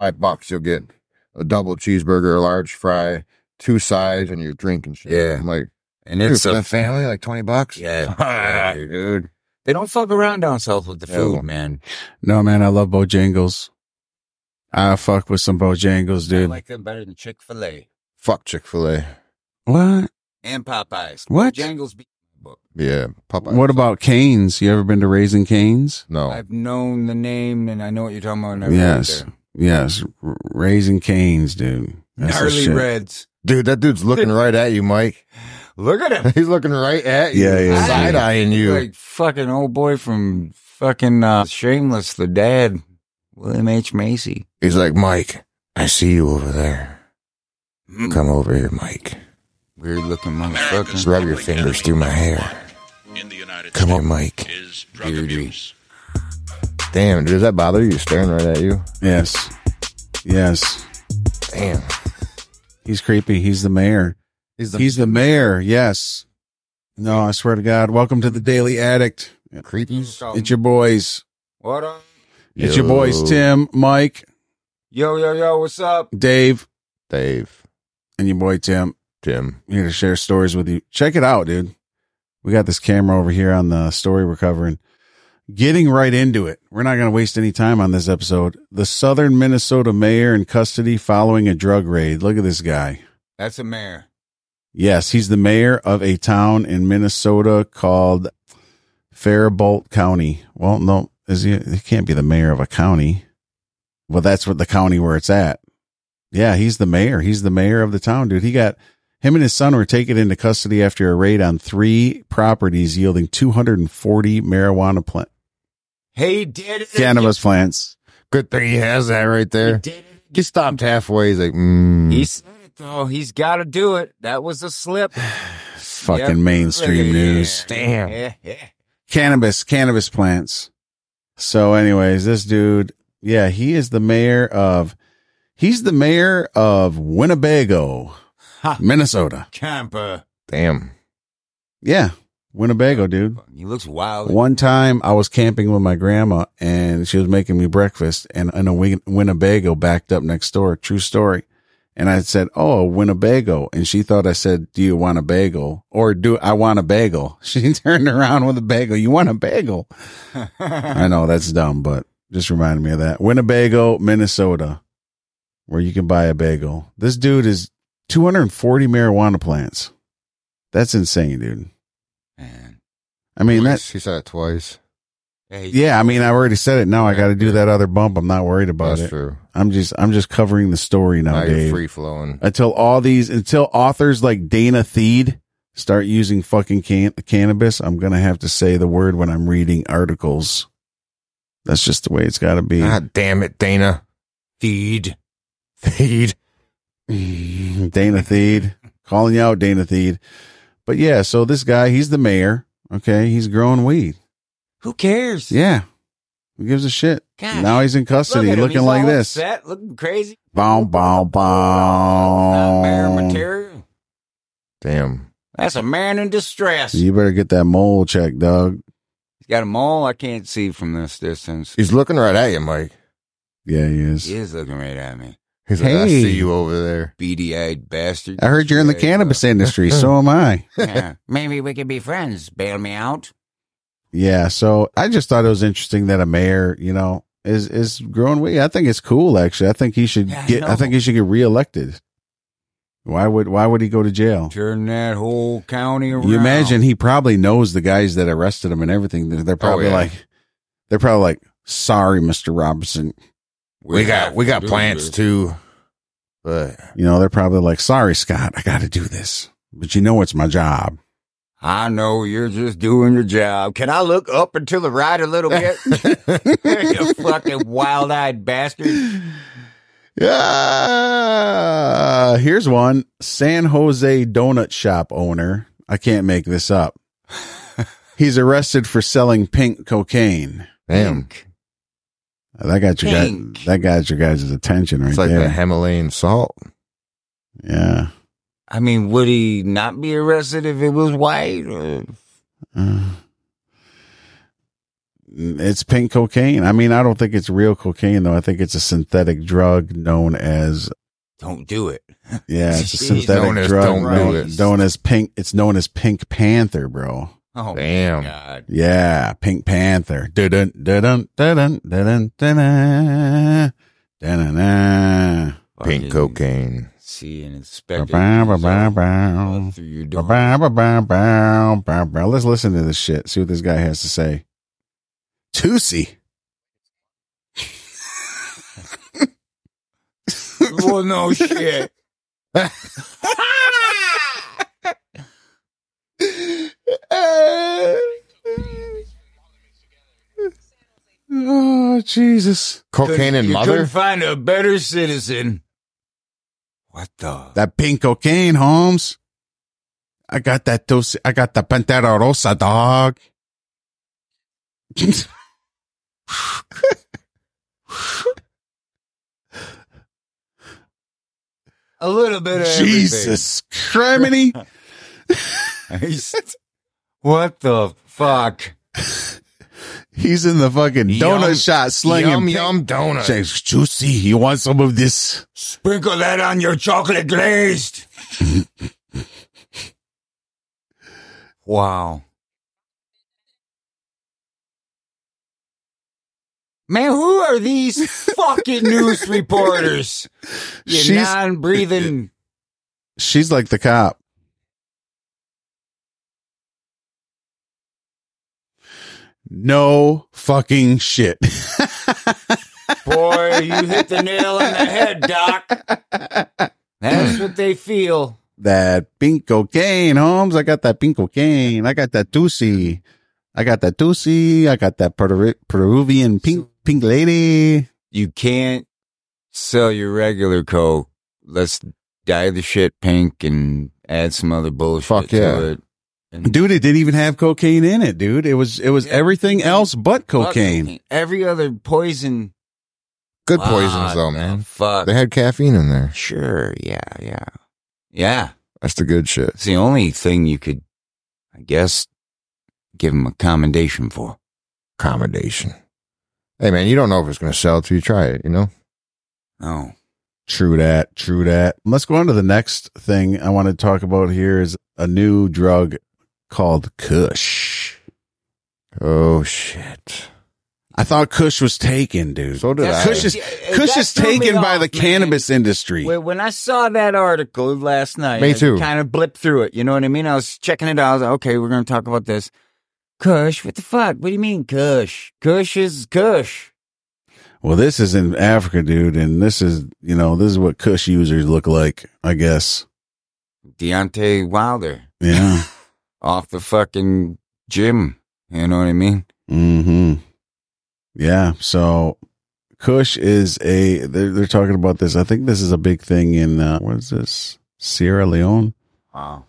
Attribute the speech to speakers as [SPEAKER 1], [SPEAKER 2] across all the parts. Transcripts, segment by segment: [SPEAKER 1] five bucks, you'll get a double cheeseburger, a large fry, two sides, and your drink and shit.
[SPEAKER 2] Yeah.
[SPEAKER 1] I'm like,
[SPEAKER 2] And
[SPEAKER 1] dude,
[SPEAKER 2] it's
[SPEAKER 1] for
[SPEAKER 2] a
[SPEAKER 1] the family, like 20 bucks?
[SPEAKER 2] yeah.
[SPEAKER 1] Ah,
[SPEAKER 2] dude.
[SPEAKER 1] dude.
[SPEAKER 2] They don't fuck around down south with the
[SPEAKER 1] Yeah.
[SPEAKER 2] food, man.
[SPEAKER 3] No, man, I love Bojangles. I fuck with some Bojangles,
[SPEAKER 2] I
[SPEAKER 3] dude.
[SPEAKER 2] like them better than Chick Fil A
[SPEAKER 1] Fuck Chick fil A.
[SPEAKER 3] what?
[SPEAKER 2] and Popeyes.
[SPEAKER 3] What?
[SPEAKER 2] Jangles? Be-
[SPEAKER 1] Yeah. Popeyes.
[SPEAKER 3] What about Canes? You ever been to Raising Canes?
[SPEAKER 1] No.
[SPEAKER 2] I've known the name and I know what you're talking about. and I've been
[SPEAKER 3] Oh. Yes.
[SPEAKER 2] there.
[SPEAKER 3] Yes. R- Raising Canes, dude. That's the
[SPEAKER 2] gnarly
[SPEAKER 3] shit.
[SPEAKER 2] reds.
[SPEAKER 1] Dude, that dude's looking right at you, Mike.
[SPEAKER 2] Look at him,
[SPEAKER 1] He's looking right at you.
[SPEAKER 3] Yeah, yeah,
[SPEAKER 1] Side
[SPEAKER 3] yeah.
[SPEAKER 1] eyeing you.
[SPEAKER 2] like fucking old boy from fucking uh, Shameless, the dad, William H Macy.
[SPEAKER 1] He's like, Mike, I see you over there. Come over here, Mike.
[SPEAKER 2] Weird looking
[SPEAKER 1] Just
[SPEAKER 2] motherfucker.
[SPEAKER 1] rub your fingers through my hair.
[SPEAKER 4] in the United
[SPEAKER 1] Come here,
[SPEAKER 4] States
[SPEAKER 1] Mike.
[SPEAKER 4] is drug
[SPEAKER 2] Beardy.
[SPEAKER 4] abuse.
[SPEAKER 1] Damn, dude, does that bother you? Staring right at you.
[SPEAKER 3] Yes. Yes.
[SPEAKER 1] Damn.
[SPEAKER 3] He's creepy. He's the mayor.
[SPEAKER 1] He's
[SPEAKER 3] He's the mayor. Yes. No, I swear to God. Welcome to the Daily Addict.
[SPEAKER 1] creepies.
[SPEAKER 2] Um,
[SPEAKER 3] It's your boys.
[SPEAKER 2] What up?
[SPEAKER 3] It's your boys, Tim, Mike,
[SPEAKER 2] Yo, yo, yo, what's up?
[SPEAKER 3] Dave,
[SPEAKER 1] Dave,
[SPEAKER 3] and your boy, Tim.
[SPEAKER 1] Tim.
[SPEAKER 3] here to share stories with you. Check it out, dude. We got this camera over here on the story we're covering. Getting right into it. We're not going to waste any time on this episode. The Southern Minnesota mayor in custody following a drug raid. Look at this guy.
[SPEAKER 2] That's a mayor.
[SPEAKER 3] Yes, he's the mayor of a town in Minnesota called Faribault County. Well, no, is he, he can't be the mayor of a county. Well, that's what the county where it's at. Yeah, he's the mayor. He's the mayor of the town, dude. He got him and his son were taken into custody after a raid on three properties yielding 240 marijuana plant
[SPEAKER 2] Hey, did it.
[SPEAKER 3] cannabis plants.
[SPEAKER 1] Good thing he has that right
[SPEAKER 2] He
[SPEAKER 1] there.
[SPEAKER 2] did it.
[SPEAKER 1] He stopped halfway. He's like,
[SPEAKER 3] Hmm.
[SPEAKER 1] mm.
[SPEAKER 2] He said it though. He's got to do it. That was a slip.
[SPEAKER 3] Fucking
[SPEAKER 2] Yep.
[SPEAKER 3] mainstream
[SPEAKER 2] Yeah.
[SPEAKER 3] news.
[SPEAKER 2] Damn. Yeah, yeah.
[SPEAKER 3] cannabis cannabis plants so anyways this dude yeah he is the mayor of he's the mayor of winnebago
[SPEAKER 2] Ha.
[SPEAKER 3] minnesota
[SPEAKER 2] Camper.
[SPEAKER 1] damn.
[SPEAKER 3] yeah winnebago dude
[SPEAKER 2] He looks wild.
[SPEAKER 3] one time i was camping with my grandma and she was making me breakfast and, and a Win- winnebago backed up next door true story and i said oh a winnebago and she thought i said do you want a bagel or do i want a bagel she turned around with a bagel you want a bagel I know that's dumb, but just reminded me of that. Winnebago, Minnesota, where you can buy a bagel. This dude is 240 marijuana plants. That's insane, dude.
[SPEAKER 2] Man.
[SPEAKER 3] I mean, that,
[SPEAKER 1] Twice. He said it twice.
[SPEAKER 2] Hey,
[SPEAKER 3] yeah, I mean, I already said it. Now I got to do that other bump. I'm not worried about
[SPEAKER 1] That's
[SPEAKER 3] it.
[SPEAKER 1] true.
[SPEAKER 3] I'm just, I'm just covering the story now,
[SPEAKER 1] Now you're
[SPEAKER 3] Dave.
[SPEAKER 1] free flowing.
[SPEAKER 3] Until all these, until authors like Dana Theed start using fucking can- cannabis, I'm going to have to say the word when I'm reading articles. That's just the way it's got to be.
[SPEAKER 1] God damn it, Dana. Feed. Feed.
[SPEAKER 3] Dana Theed calling you out, Dana Theed. But yeah, so this guy, he's the mayor. Okay, he's growing weed.
[SPEAKER 2] Who cares?
[SPEAKER 3] Yeah, who gives a shit?
[SPEAKER 2] Gosh.
[SPEAKER 3] Now he's in
[SPEAKER 2] Look
[SPEAKER 3] custody,
[SPEAKER 2] at him.
[SPEAKER 3] looking
[SPEAKER 2] He's
[SPEAKER 3] like
[SPEAKER 2] all
[SPEAKER 3] this.
[SPEAKER 2] Upset, looking crazy.
[SPEAKER 3] Boom, boom,
[SPEAKER 2] Not mayor
[SPEAKER 3] boom.
[SPEAKER 2] material.
[SPEAKER 1] Damn.
[SPEAKER 2] That's a man in distress.
[SPEAKER 3] You better get that mole check, dog.
[SPEAKER 2] He's got them all. I can't see from this distance.
[SPEAKER 1] He's looking right at you, Mike.
[SPEAKER 3] Yeah, he
[SPEAKER 2] He
[SPEAKER 3] is.
[SPEAKER 2] is looking right at me.
[SPEAKER 1] He's like, I
[SPEAKER 3] Hey.
[SPEAKER 1] see you over there.
[SPEAKER 2] Beady-eyed bastard.
[SPEAKER 3] I heard you're in the
[SPEAKER 2] Yeah,
[SPEAKER 3] cannabis industry. So am I.
[SPEAKER 2] yeah. Maybe we could be friends. Bail me out.
[SPEAKER 3] Yeah. So I just thought it was interesting that a mayor, you know, is is growing weed. I think it's cool. Actually, I think he should
[SPEAKER 2] Yeah, I
[SPEAKER 3] get. I,
[SPEAKER 2] know.
[SPEAKER 3] think he should get reelected. Why would Why would he go to jail?
[SPEAKER 2] Turn that whole county around.
[SPEAKER 3] You imagine he probably knows the guys that arrested him and everything. They're,
[SPEAKER 2] Oh,
[SPEAKER 3] they're probably
[SPEAKER 1] yeah.
[SPEAKER 3] like, they're probably like, sorry, Mister Robinson.
[SPEAKER 1] We got
[SPEAKER 2] have
[SPEAKER 1] we
[SPEAKER 2] to
[SPEAKER 1] got
[SPEAKER 2] do
[SPEAKER 1] plants
[SPEAKER 2] this.
[SPEAKER 1] too. But
[SPEAKER 3] You know, they're probably like, sorry, Scott, I got to do this, but you know, it's my job.
[SPEAKER 2] I know you're just doing your job. Can I look up and to the right a little bit? you fucking wild-eyed bastard.
[SPEAKER 3] Yeah. Here's one San Jose donut shop owner. I can't make this up. He's arrested for selling pink cocaine.
[SPEAKER 1] damn.
[SPEAKER 3] That got your guy,
[SPEAKER 2] Pink.
[SPEAKER 3] that got your guys' attention right
[SPEAKER 1] It's like
[SPEAKER 3] there.
[SPEAKER 1] the Himalayan salt.
[SPEAKER 3] yeah.
[SPEAKER 2] I mean, would he not be Uh, arrested if it was white? Or
[SPEAKER 3] Uh, It's pink cocaine. I mean, I don't think it's real cocaine though. I think it's a synthetic drug known as
[SPEAKER 2] Don't do it.
[SPEAKER 3] yeah, it's a
[SPEAKER 2] Jeez.
[SPEAKER 3] synthetic
[SPEAKER 1] Known as
[SPEAKER 3] drug
[SPEAKER 1] don't
[SPEAKER 3] known,
[SPEAKER 1] do
[SPEAKER 2] it.
[SPEAKER 3] known as pink. It's known as Pink Panther, bro.
[SPEAKER 2] Oh,
[SPEAKER 1] Damn.
[SPEAKER 2] God.
[SPEAKER 3] Yeah, Pink Panther. Dun-dun, dun-dun, dun-dun, dun-dun, dun-dun, dun-dun-dun.
[SPEAKER 1] Pink
[SPEAKER 2] Fucking
[SPEAKER 1] cocaine.
[SPEAKER 2] See and inspect
[SPEAKER 3] Ba-bow, ba-bow, bow.
[SPEAKER 2] What are you doing?
[SPEAKER 3] Ba-bow, ba-bow, bow, bow, bow. Let's listen to this shit. See what this guy has to say. Toosie.
[SPEAKER 2] well, Oh, no shit.
[SPEAKER 3] Oh, Jesus.
[SPEAKER 1] Cocaine and
[SPEAKER 2] you
[SPEAKER 1] mother?
[SPEAKER 2] Couldn't find a better citizen. What the?
[SPEAKER 3] That pink cocaine, Holmes. I got that Toosie. I got the Pantera Rosa, dog.
[SPEAKER 2] a little bit of
[SPEAKER 3] Jesus. Criminy.
[SPEAKER 2] everything. what the fuck?
[SPEAKER 3] He's in the fucking donut
[SPEAKER 1] Yum.
[SPEAKER 3] shop slinging.
[SPEAKER 1] Yum
[SPEAKER 3] pink-
[SPEAKER 1] yum donut.
[SPEAKER 3] Says, Juicy, you want some of this?
[SPEAKER 2] Sprinkle that on your chocolate glazed. wow. Man, who are these fucking news reporters? You
[SPEAKER 3] She's-
[SPEAKER 2] non-breathing.
[SPEAKER 3] She's like the cop. No fucking shit.
[SPEAKER 2] Boy, you hit the nail on the head, Doc. That's what they feel.
[SPEAKER 3] that pink cocaine, Holmes. I got that pink cocaine. I got that Tusi. I got that Tusi. I got that Peru- Peruvian pink pink lady.
[SPEAKER 2] You can't sell your regular Coke. Let's dye the shit pink and add some other bullshit
[SPEAKER 1] Fuck
[SPEAKER 2] to
[SPEAKER 1] yeah.
[SPEAKER 2] it. And
[SPEAKER 3] Dude, it didn't even have cocaine in it, dude. It was it was
[SPEAKER 2] Yeah.
[SPEAKER 3] everything else but
[SPEAKER 2] Fuck
[SPEAKER 3] cocaine.
[SPEAKER 2] Every other poison.
[SPEAKER 1] Good
[SPEAKER 2] What
[SPEAKER 1] poisons though,
[SPEAKER 2] the
[SPEAKER 1] man.
[SPEAKER 2] Fuck.
[SPEAKER 1] They had caffeine in there.
[SPEAKER 2] Sure. Yeah. Yeah. Yeah.
[SPEAKER 1] That's the good shit.
[SPEAKER 2] It's the only thing you could, I guess, give him a commendation for.
[SPEAKER 1] Accommodation. Hey man, you don't know if it's gonna sell till you try it, you know?
[SPEAKER 2] Oh.
[SPEAKER 3] True that. True that. Let's go on to the next thing I want to talk about here is a new drug called Kush.
[SPEAKER 1] Oh shit.
[SPEAKER 3] I thought Kush was taken, dude.
[SPEAKER 1] So did
[SPEAKER 2] That's-
[SPEAKER 1] I.
[SPEAKER 3] Kush is
[SPEAKER 2] Yeah,
[SPEAKER 3] Kush
[SPEAKER 2] that
[SPEAKER 3] is
[SPEAKER 2] threw me
[SPEAKER 3] taken by
[SPEAKER 2] off,
[SPEAKER 3] the
[SPEAKER 2] man.
[SPEAKER 3] cannabis industry.
[SPEAKER 2] When when I saw that article last night,
[SPEAKER 1] Me too.
[SPEAKER 2] Kind of blipped through it. You know what I mean? I was checking it out. I was like, okay, we're going to talk about this. Kush, what the fuck? What do you mean Kush? Kush is Kush.
[SPEAKER 3] Well, this is in Africa, dude, and this is you know this is what Kush users look like, I guess.
[SPEAKER 2] Deontay Wilder
[SPEAKER 3] Yeah.
[SPEAKER 2] off the fucking gym. You know what I mean?
[SPEAKER 3] hmm Yeah. So Kush is a they're they're talking about this. I think this is a big thing in uh, what is this Sierra Leone.
[SPEAKER 2] Wow.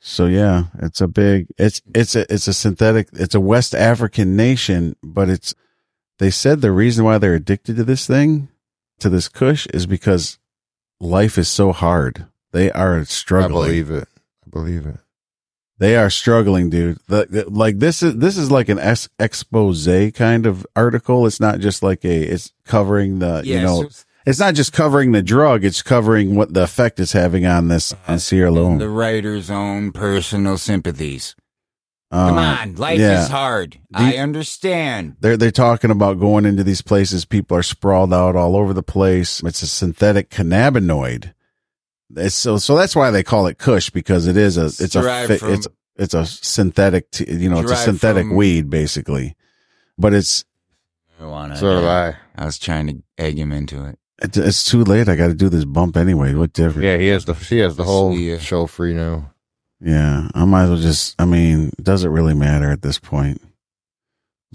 [SPEAKER 3] So yeah, it's a big it's it's a it's a synthetic it's a West African nation, but it's they said the reason why they're addicted to this thing, to this kush is because life is so hard. They are
[SPEAKER 1] I
[SPEAKER 3] struggling.
[SPEAKER 1] believe it. I believe it.
[SPEAKER 3] They are struggling, dude. The, the- like this is this is like an es- expose kind of article. It's not just like a it's covering the you know it's not just covering the drug. It's covering what the effect it's having on this on Sierra Leone.
[SPEAKER 2] Uh-huh. the writer's own personal sympathies.
[SPEAKER 3] Uh,
[SPEAKER 2] Come on, life
[SPEAKER 3] yeah.
[SPEAKER 2] is hard.
[SPEAKER 3] Do
[SPEAKER 2] I
[SPEAKER 3] you-
[SPEAKER 2] understand.
[SPEAKER 3] They're they're talking about going into these places. People are sprawled out all over the place. It's a synthetic cannabinoid. It's so so that's why they call it Kush because it is a it's, a
[SPEAKER 2] derived
[SPEAKER 3] fi-
[SPEAKER 2] from-
[SPEAKER 3] it's it's a synthetic t- you know it's a
[SPEAKER 2] Derived
[SPEAKER 3] synthetic
[SPEAKER 2] from-
[SPEAKER 3] weed basically, but it's
[SPEAKER 2] Marijuana.
[SPEAKER 1] So did I.
[SPEAKER 2] I was trying to egg him into it.
[SPEAKER 3] It's, it's too late. I got to do this bump anyway. What difference?
[SPEAKER 1] Yeah, he has the he has the whole
[SPEAKER 2] Yeah.
[SPEAKER 1] show free now.
[SPEAKER 3] Yeah. I might as well just. I mean, does it really matter at this point?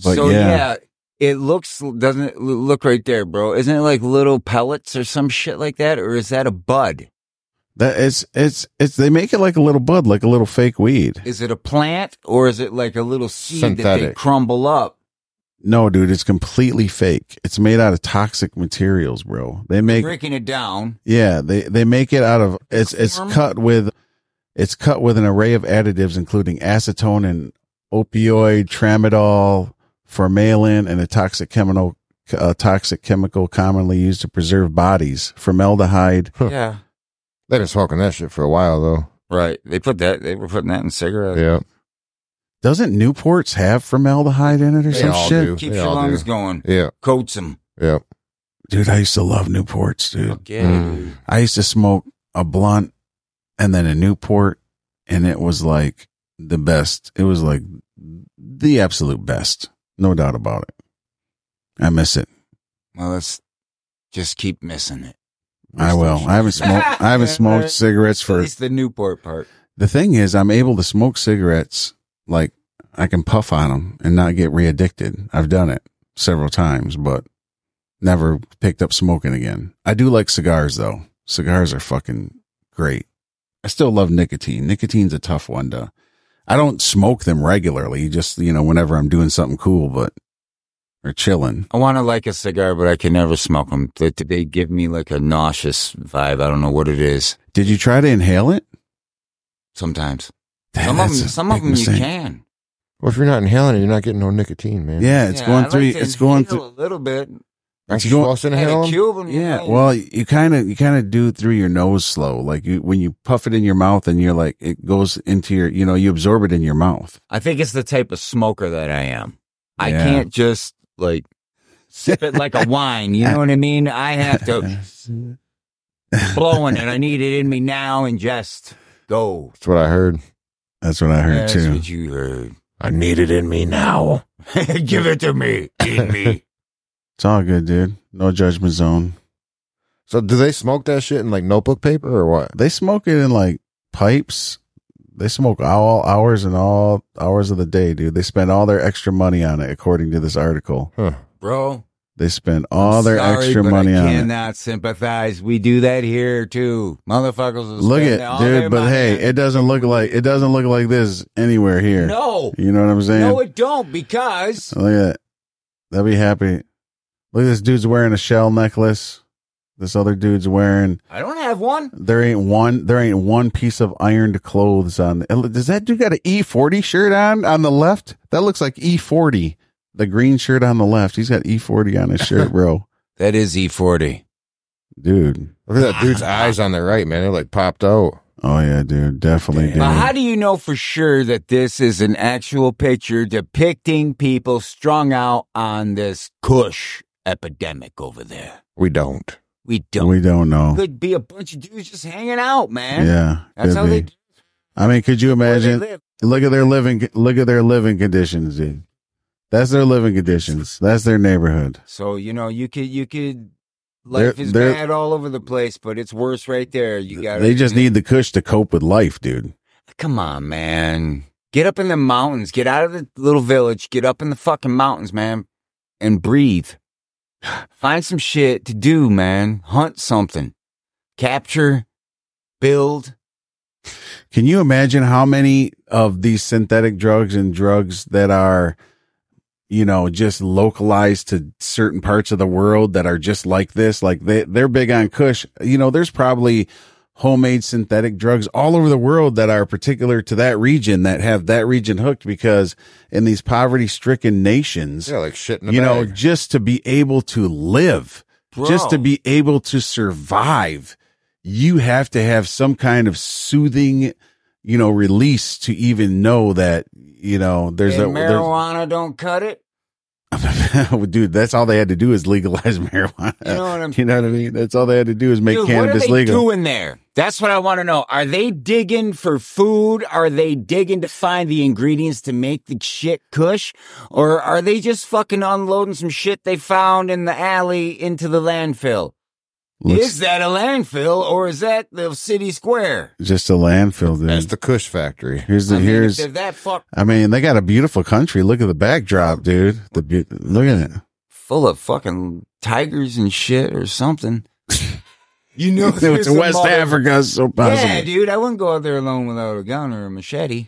[SPEAKER 3] But
[SPEAKER 2] so
[SPEAKER 3] yeah.
[SPEAKER 2] it looks doesn't it look right there, bro? Isn't it like little pellets or some shit like that, or is that a bud?
[SPEAKER 3] That it's it's it's they make it like a little bud, like a little fake weed.
[SPEAKER 2] Is it a plant, or is it like a little seed that they
[SPEAKER 1] Synthetic.
[SPEAKER 2] crumble up?
[SPEAKER 3] No, dude, it's completely fake. It's made out of toxic materials, bro. They make
[SPEAKER 2] Breaking it down.
[SPEAKER 3] yeah they they make it out of it's it's
[SPEAKER 2] Form?
[SPEAKER 3] cut with it's cut with an array of additives including acetone and opioid tramadol formalin, and a toxic chemical, a toxic chemical commonly used to preserve bodies, formaldehyde.
[SPEAKER 1] Huh.
[SPEAKER 2] Yeah.
[SPEAKER 1] They've been smoking that shit for a while though.
[SPEAKER 2] Right. They put that. They were putting that in cigarettes.
[SPEAKER 1] Yeah,
[SPEAKER 3] Doesn't Newports have formaldehyde in it or
[SPEAKER 1] They
[SPEAKER 3] some
[SPEAKER 1] all
[SPEAKER 3] shit?
[SPEAKER 1] do.
[SPEAKER 2] Keeps
[SPEAKER 1] They
[SPEAKER 2] your
[SPEAKER 1] all do.
[SPEAKER 2] lungs going.
[SPEAKER 1] yeah,
[SPEAKER 2] Coats them.
[SPEAKER 1] yeah.
[SPEAKER 3] Dude, I used to love Newports, dude.
[SPEAKER 2] Okay.
[SPEAKER 1] Mm.
[SPEAKER 2] dude.
[SPEAKER 3] I used to smoke a blunt and then a Newport, and it was like the best. It was like the absolute best, no doubt about it. I miss it.
[SPEAKER 2] Well, let's just keep missing it.
[SPEAKER 3] I will. I haven't smoked. I haven't smoked cigarettes
[SPEAKER 2] At
[SPEAKER 3] for.
[SPEAKER 2] least the Newport part.
[SPEAKER 3] The thing is, I'm able to smoke cigarettes. Like I can puff on them and not get re-addicted. I've done it several times, but never picked up smoking again. I do like cigars though. Cigars are fucking great. I still love nicotine. Nicotine's a tough one to. I don't smoke them regularly. Just you know, whenever I'm doing something cool, but or chilling.
[SPEAKER 2] I want to like a cigar, but I can never smoke them. They, they give me like a nauseous vibe. I don't know what it is.
[SPEAKER 3] Did you try to inhale it?
[SPEAKER 2] Sometimes
[SPEAKER 3] Damn,
[SPEAKER 2] some of them,
[SPEAKER 3] that's a
[SPEAKER 2] some of
[SPEAKER 3] big
[SPEAKER 2] them
[SPEAKER 3] mistake.
[SPEAKER 2] you can.
[SPEAKER 1] Well, if you're not inhaling it, you're not getting no nicotine, man.
[SPEAKER 3] Yeah, it's
[SPEAKER 2] Yeah, I
[SPEAKER 3] going
[SPEAKER 2] like
[SPEAKER 3] through.
[SPEAKER 2] to
[SPEAKER 3] It's going
[SPEAKER 2] inhale
[SPEAKER 3] through.
[SPEAKER 2] a little bit.
[SPEAKER 1] Aren't you
[SPEAKER 3] You
[SPEAKER 1] supposed to
[SPEAKER 2] Had
[SPEAKER 1] inhale
[SPEAKER 2] a
[SPEAKER 1] 'em?
[SPEAKER 2] Cuban.
[SPEAKER 3] Yeah,
[SPEAKER 2] right?
[SPEAKER 3] well, you kind of you kind of do it through your nose slow, like you when you puff it in your mouth and you're like it goes into your, you know, you absorb it in your mouth.
[SPEAKER 2] I think it's the type of smoker that I am. I
[SPEAKER 3] Yeah.
[SPEAKER 2] can't just like sip it like a wine. You know what I mean? I have to blow in it. I need it in me now and just go.
[SPEAKER 1] That's what I heard.
[SPEAKER 3] That's what I heard
[SPEAKER 2] That's
[SPEAKER 3] too.
[SPEAKER 2] what you heard.
[SPEAKER 1] I need it in me now.
[SPEAKER 2] Give it to me. Eat me.
[SPEAKER 3] It's all good, dude. No judgment zone.
[SPEAKER 1] So, do they smoke that shit in like notebook paper or what?
[SPEAKER 3] They smoke it in like pipes. They smoke all hours and all hours of the day, dude. They spend all their extra money on it, according to this article.
[SPEAKER 1] Huh.
[SPEAKER 2] Bro.
[SPEAKER 3] They spend all their
[SPEAKER 2] sorry,
[SPEAKER 3] extra
[SPEAKER 2] but
[SPEAKER 3] money
[SPEAKER 2] I
[SPEAKER 3] on it.
[SPEAKER 2] cannot sympathize. We do that here too. Motherfuckers will
[SPEAKER 3] Look
[SPEAKER 2] spend
[SPEAKER 3] at
[SPEAKER 2] all
[SPEAKER 3] dude,
[SPEAKER 2] their
[SPEAKER 3] but
[SPEAKER 2] money
[SPEAKER 3] hey,
[SPEAKER 2] on-
[SPEAKER 3] it doesn't look like it doesn't look like this anywhere here.
[SPEAKER 2] No.
[SPEAKER 3] You know what I'm saying?
[SPEAKER 2] No, it don't because
[SPEAKER 3] Look at that. That'd be happy. Look at this dude's wearing a shell necklace. This other dude's wearing
[SPEAKER 2] I don't have one.
[SPEAKER 3] there ain't one there ain't one piece of ironed clothes on. Does that dude got an E forty shirt on on the left? That looks like E forty. The green shirt on the left. He's got E forty on his shirt, bro.
[SPEAKER 2] That is E forty.
[SPEAKER 3] Dude.
[SPEAKER 1] Look at that dude's
[SPEAKER 3] Ah.
[SPEAKER 1] eyes on the right, man. They're like popped out.
[SPEAKER 3] Oh yeah, dude. Definitely dude.
[SPEAKER 2] But how do you know for sure that this is an actual picture depicting people strung out on this Kush epidemic over there?
[SPEAKER 1] We don't.
[SPEAKER 2] We don't.
[SPEAKER 3] We don't know.
[SPEAKER 2] Could be a bunch of dudes just hanging out, man.
[SPEAKER 3] Yeah.
[SPEAKER 2] That's
[SPEAKER 3] could
[SPEAKER 2] how they,
[SPEAKER 3] be. I mean, could you
[SPEAKER 2] where they
[SPEAKER 3] imagine
[SPEAKER 2] live.
[SPEAKER 3] Look at their living. Look at their living conditions, dude. That's their living conditions. That's their neighborhood.
[SPEAKER 2] So you know, you could you could
[SPEAKER 3] They're-
[SPEAKER 2] life is
[SPEAKER 3] they're-
[SPEAKER 2] bad all over the place, but it's worse right there. You got
[SPEAKER 3] They just need the cush to cope with life, dude.
[SPEAKER 2] Come on, man. Get up in the mountains. Get out of the little village. Get up in the fucking mountains, man, and breathe. Find some shit to do, man. Hunt something. Capture, build.
[SPEAKER 3] Can you imagine how many of these synthetic drugs and drugs that are, you know, just localized to certain parts of the world that are just like this? Like they they're big on kush. You know, there's probably homemade synthetic drugs all over the world that are particular to that region that have that region hooked because in these poverty stricken nations.
[SPEAKER 1] Yeah, like shit in the
[SPEAKER 3] you know,
[SPEAKER 1] bag.
[SPEAKER 3] just to be able to live,
[SPEAKER 2] Bro.
[SPEAKER 3] just to be able to survive, you have to have some kind of soothing, you know, release to even know that, you know, there's
[SPEAKER 2] And
[SPEAKER 3] a there's-
[SPEAKER 2] marijuana don't cut it.
[SPEAKER 3] dude, that's all they had to do is legalize marijuana.
[SPEAKER 2] You know what I'm-
[SPEAKER 3] You know what I mean? That's all they had to do is make
[SPEAKER 2] Dude, what
[SPEAKER 3] cannabis
[SPEAKER 2] are they
[SPEAKER 3] legal.
[SPEAKER 2] doing there? That's what I want to know. Are they digging for food? Are they digging to find the ingredients to make the shit kush? Or are they just fucking unloading some shit they found in the alley into the landfill?
[SPEAKER 3] Looks
[SPEAKER 2] is that a landfill or is that the city square?
[SPEAKER 3] just a landfill, dude.
[SPEAKER 1] That's the Kush factory.
[SPEAKER 3] here's the
[SPEAKER 2] I mean, if
[SPEAKER 3] here's.
[SPEAKER 2] they're that fuck
[SPEAKER 3] I mean, they got a beautiful country. Look at the backdrop, dude. The be- look at it.
[SPEAKER 2] full of fucking tigers and shit or something. you know,
[SPEAKER 3] it's
[SPEAKER 2] there's a
[SPEAKER 3] West
[SPEAKER 2] mother-
[SPEAKER 3] Africa, so possible.
[SPEAKER 2] Yeah, dude, I wouldn't go out there alone without a gun or a machete.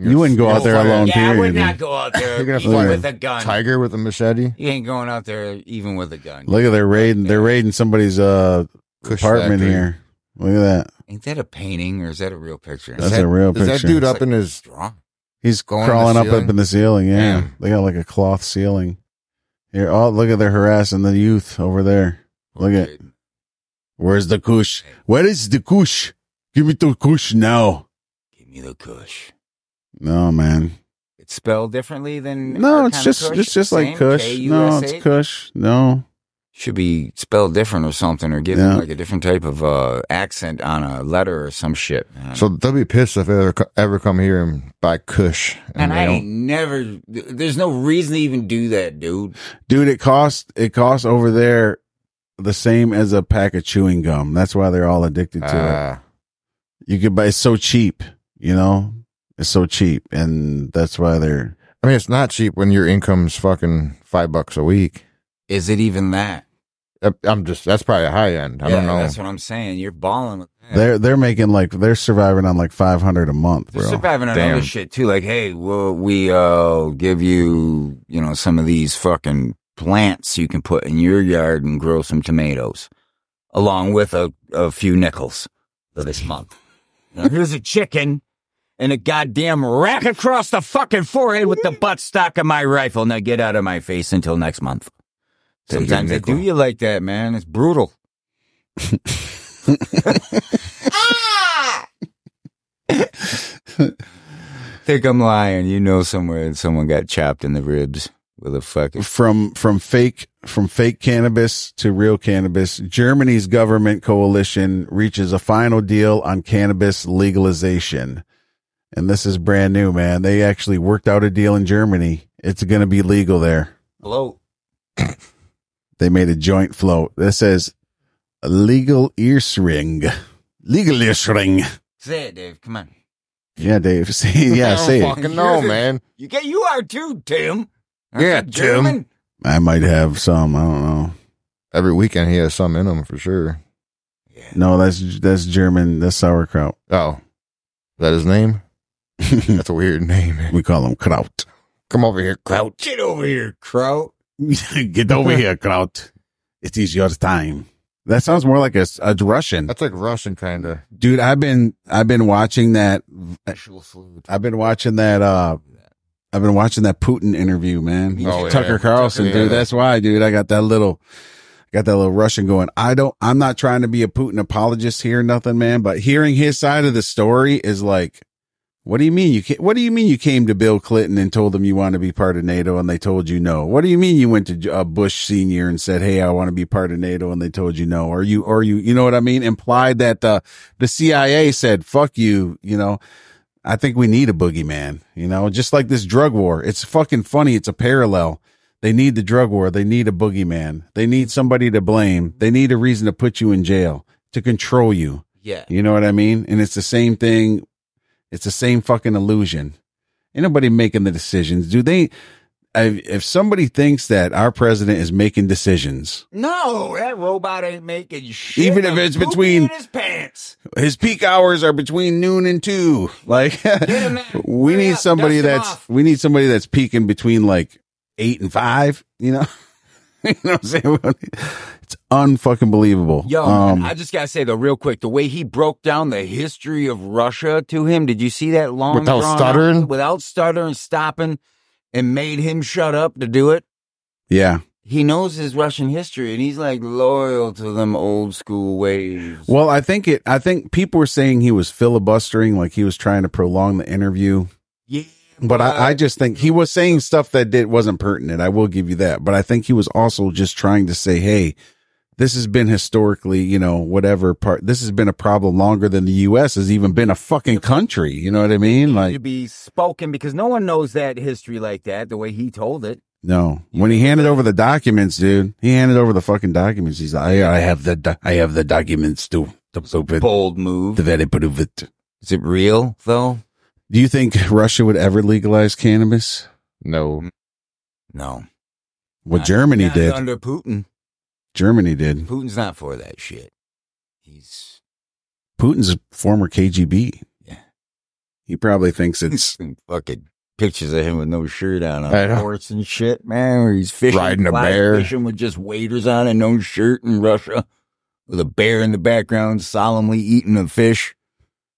[SPEAKER 3] You wouldn't go out there
[SPEAKER 1] You're
[SPEAKER 3] alone.
[SPEAKER 2] yeah, I would
[SPEAKER 3] period.
[SPEAKER 2] not go out there
[SPEAKER 1] You're gonna
[SPEAKER 2] even
[SPEAKER 1] fight
[SPEAKER 2] with
[SPEAKER 1] a
[SPEAKER 2] a gun.
[SPEAKER 1] Tiger with a machete.
[SPEAKER 2] You ain't going out there even with a gun.
[SPEAKER 3] Look at they're raiding. They're raiding somebody's uh
[SPEAKER 1] Kush
[SPEAKER 3] apartment
[SPEAKER 1] factory.
[SPEAKER 3] here. Look at that.
[SPEAKER 2] Ain't that a painting or is that a real picture?
[SPEAKER 3] That's
[SPEAKER 1] that-
[SPEAKER 3] a real
[SPEAKER 1] Is that
[SPEAKER 3] picture.
[SPEAKER 1] dude
[SPEAKER 2] It's
[SPEAKER 1] up
[SPEAKER 2] like-
[SPEAKER 1] in his
[SPEAKER 2] It's wrong.
[SPEAKER 3] He's
[SPEAKER 1] Going to the
[SPEAKER 3] crawling up up
[SPEAKER 1] ceiling?
[SPEAKER 3] in the ceiling. Yeah.
[SPEAKER 1] Yeah.
[SPEAKER 3] They got like a cloth ceiling. Here, oh, look at they're harassing the youth over there. Look at where's the kush? Where is the kush? Give me the kush now.
[SPEAKER 2] Give me the kush.
[SPEAKER 3] No, man.
[SPEAKER 2] It's spelled differently than
[SPEAKER 3] No,
[SPEAKER 2] our
[SPEAKER 3] it's
[SPEAKER 2] kind of
[SPEAKER 3] just
[SPEAKER 2] kush.
[SPEAKER 3] it's just like
[SPEAKER 2] Same,
[SPEAKER 3] kush. No,
[SPEAKER 2] K-U-S-H.
[SPEAKER 3] it's kush. No.
[SPEAKER 2] Should be spelled different or something, or given
[SPEAKER 3] Yeah.
[SPEAKER 2] like a different type of uh, accent on a letter or some shit. man.
[SPEAKER 1] So they'll be pissed if they ever, co- ever come here and buy Kush.
[SPEAKER 2] and
[SPEAKER 1] they
[SPEAKER 2] I ain't
[SPEAKER 1] don't-
[SPEAKER 2] never. th- There's no reason to even do that, dude.
[SPEAKER 3] Dude, it costs it costs over there the same as a pack of chewing gum. That's why they're all addicted to it.
[SPEAKER 1] Ah.
[SPEAKER 3] you could buy it's so cheap you know it's so cheap and that's why they're
[SPEAKER 1] I mean, it's not cheap when your income's fucking five bucks a week.
[SPEAKER 2] Is it even that?
[SPEAKER 1] I- I'm just that's probably a high end. I
[SPEAKER 2] yeah,
[SPEAKER 1] don't know.
[SPEAKER 2] That's what I'm saying. You're balling. With that.
[SPEAKER 3] they're they're making like they're surviving on like 500 a month
[SPEAKER 2] They're
[SPEAKER 3] bro
[SPEAKER 2] surviving on
[SPEAKER 1] Damn.
[SPEAKER 2] other shit too. Like, hey, we'll, we uh give you you know some of these fucking plants you can put in your yard and grow some tomatoes, along with a, a few nickels for this month. Now, here's a chicken and a goddamn rack across the fucking forehead with the buttstock of my rifle. Now get out of my face until next month.
[SPEAKER 1] Take your
[SPEAKER 2] Sometimes they
[SPEAKER 1] nickel.
[SPEAKER 2] do you like that, man. It's brutal. Think I'm lying. You know somewhere someone got chopped in the ribs with a fucking
[SPEAKER 3] from from fake from fake cannabis to real cannabis germany's government coalition reaches a final deal on cannabis legalization and this is brand new man they actually worked out a deal in germany it's going to be legal there
[SPEAKER 2] bloat.
[SPEAKER 3] they made a joint float that says legal earring legal earring
[SPEAKER 2] Say it, Dave. Come on.
[SPEAKER 3] yeah dave say,
[SPEAKER 1] I
[SPEAKER 3] yeah
[SPEAKER 1] don't
[SPEAKER 3] say it
[SPEAKER 1] fucking know, man.
[SPEAKER 2] You get you are too, Tim. Aren't
[SPEAKER 1] Yeah,
[SPEAKER 2] you
[SPEAKER 1] Tim.
[SPEAKER 2] German?
[SPEAKER 3] i might have some i don't know
[SPEAKER 1] Every weekend he has some in him for sure.
[SPEAKER 2] Yeah.
[SPEAKER 3] no that's that's german that's sauerkraut
[SPEAKER 1] Oh, is that his name? That's a weird name. man.
[SPEAKER 3] we call them kraut
[SPEAKER 1] Come over here, Kraut.
[SPEAKER 2] Get over here, Crow.
[SPEAKER 3] get over here kraut it is your time that sounds more like a, a russian
[SPEAKER 1] That's like Russian kind of.
[SPEAKER 3] dude i've been i've been watching that
[SPEAKER 2] I've
[SPEAKER 3] i've been watching that uh I've been watching that Putin interview, man.
[SPEAKER 1] Oh, yeah.
[SPEAKER 3] Tucker Carlson,
[SPEAKER 1] Tucker,
[SPEAKER 3] dude.
[SPEAKER 1] yeah.
[SPEAKER 3] That's why, dude. I got that little, got that little Russian going. I don't, I'm not trying to be a Putin apologist here, nothing, man. But hearing his side of the story is like, what do you mean you? Ca- what do you mean you came to Bill Clinton and told him you want to be part of NATO and they told you no? What do you mean you went to uh, Bush Senior and said, "Hey, I want to be part of NATO," and they told you no? Or you, or you, you know what I mean? Implied that the the CIA said, "Fuck you," you know. I think we need a boogeyman, you know, just like this drug war. It's fucking funny. It's a parallel. They need the drug war. They need a boogeyman. They need somebody to blame. They need a reason to put you in jail, to control you.
[SPEAKER 2] yeah.
[SPEAKER 3] You know what I mean? And it's the same thing. It's the same fucking illusion. Ain't nobody making the decisions. Do they? I, if somebody thinks that our president is making decisions,
[SPEAKER 2] No, that robot ain't making shit.
[SPEAKER 3] Even if
[SPEAKER 2] I'm
[SPEAKER 3] it's
[SPEAKER 2] pooping
[SPEAKER 3] between-
[SPEAKER 2] in his pants.
[SPEAKER 3] his peak hours are between noon and two. Like
[SPEAKER 2] him there.
[SPEAKER 3] we
[SPEAKER 2] Hurry
[SPEAKER 3] need
[SPEAKER 2] up.
[SPEAKER 3] somebody
[SPEAKER 2] Dust him
[SPEAKER 3] that's
[SPEAKER 2] off.
[SPEAKER 3] we need somebody that's peaking between like eight and five. You know, you know what I'm saying? It's unfucking believable.
[SPEAKER 2] Yo,
[SPEAKER 3] Um,
[SPEAKER 2] I just gotta say though, real quick, the way he broke down the history of Russia to him, did you see that long
[SPEAKER 1] Without
[SPEAKER 2] drawn out-
[SPEAKER 1] stuttering?
[SPEAKER 2] without stuttering, stopping, and made him shut up to do it?
[SPEAKER 3] yeah.
[SPEAKER 2] He knows his Russian history and he's like loyal to them old school ways.
[SPEAKER 3] Well, I think it. I think people were saying he was filibustering, like he was trying to prolong the interview.
[SPEAKER 2] Yeah,
[SPEAKER 3] But I, I just think he was saying stuff that did wasn't pertinent. I will give you that. But I think he was also just trying to say, hey, this has been historically, you know, whatever part this has been a problem longer than the US has even been a fucking country. You know what I mean?
[SPEAKER 2] to
[SPEAKER 3] Like
[SPEAKER 2] be spoken because no one knows that history like that the way he told it.
[SPEAKER 3] no. When he handed over the documents, dude, he handed over the fucking documents. He's like, I, I have the do- I have the documents to to prove it.
[SPEAKER 2] Bold move.
[SPEAKER 3] The very prove it.
[SPEAKER 2] Is it real though?
[SPEAKER 3] Do you think Russia would ever legalize cannabis?
[SPEAKER 1] No,
[SPEAKER 2] No.
[SPEAKER 3] What
[SPEAKER 2] Not-
[SPEAKER 3] Germany
[SPEAKER 2] not
[SPEAKER 3] did.
[SPEAKER 2] under Putin.
[SPEAKER 3] Germany did.
[SPEAKER 2] Putin's not for that shit. He's
[SPEAKER 3] Putin's a former KGB.
[SPEAKER 2] Yeah.
[SPEAKER 3] He probably thinks it's
[SPEAKER 2] some fucking pictures of him with no shirt on
[SPEAKER 1] I
[SPEAKER 2] on
[SPEAKER 1] know.
[SPEAKER 2] horse and shit, man. Where he's fishing,
[SPEAKER 1] Riding a
[SPEAKER 2] fly
[SPEAKER 1] bear.
[SPEAKER 2] fishing with just waders on and no shirt in Russia, with a bear in the background solemnly eating a fish.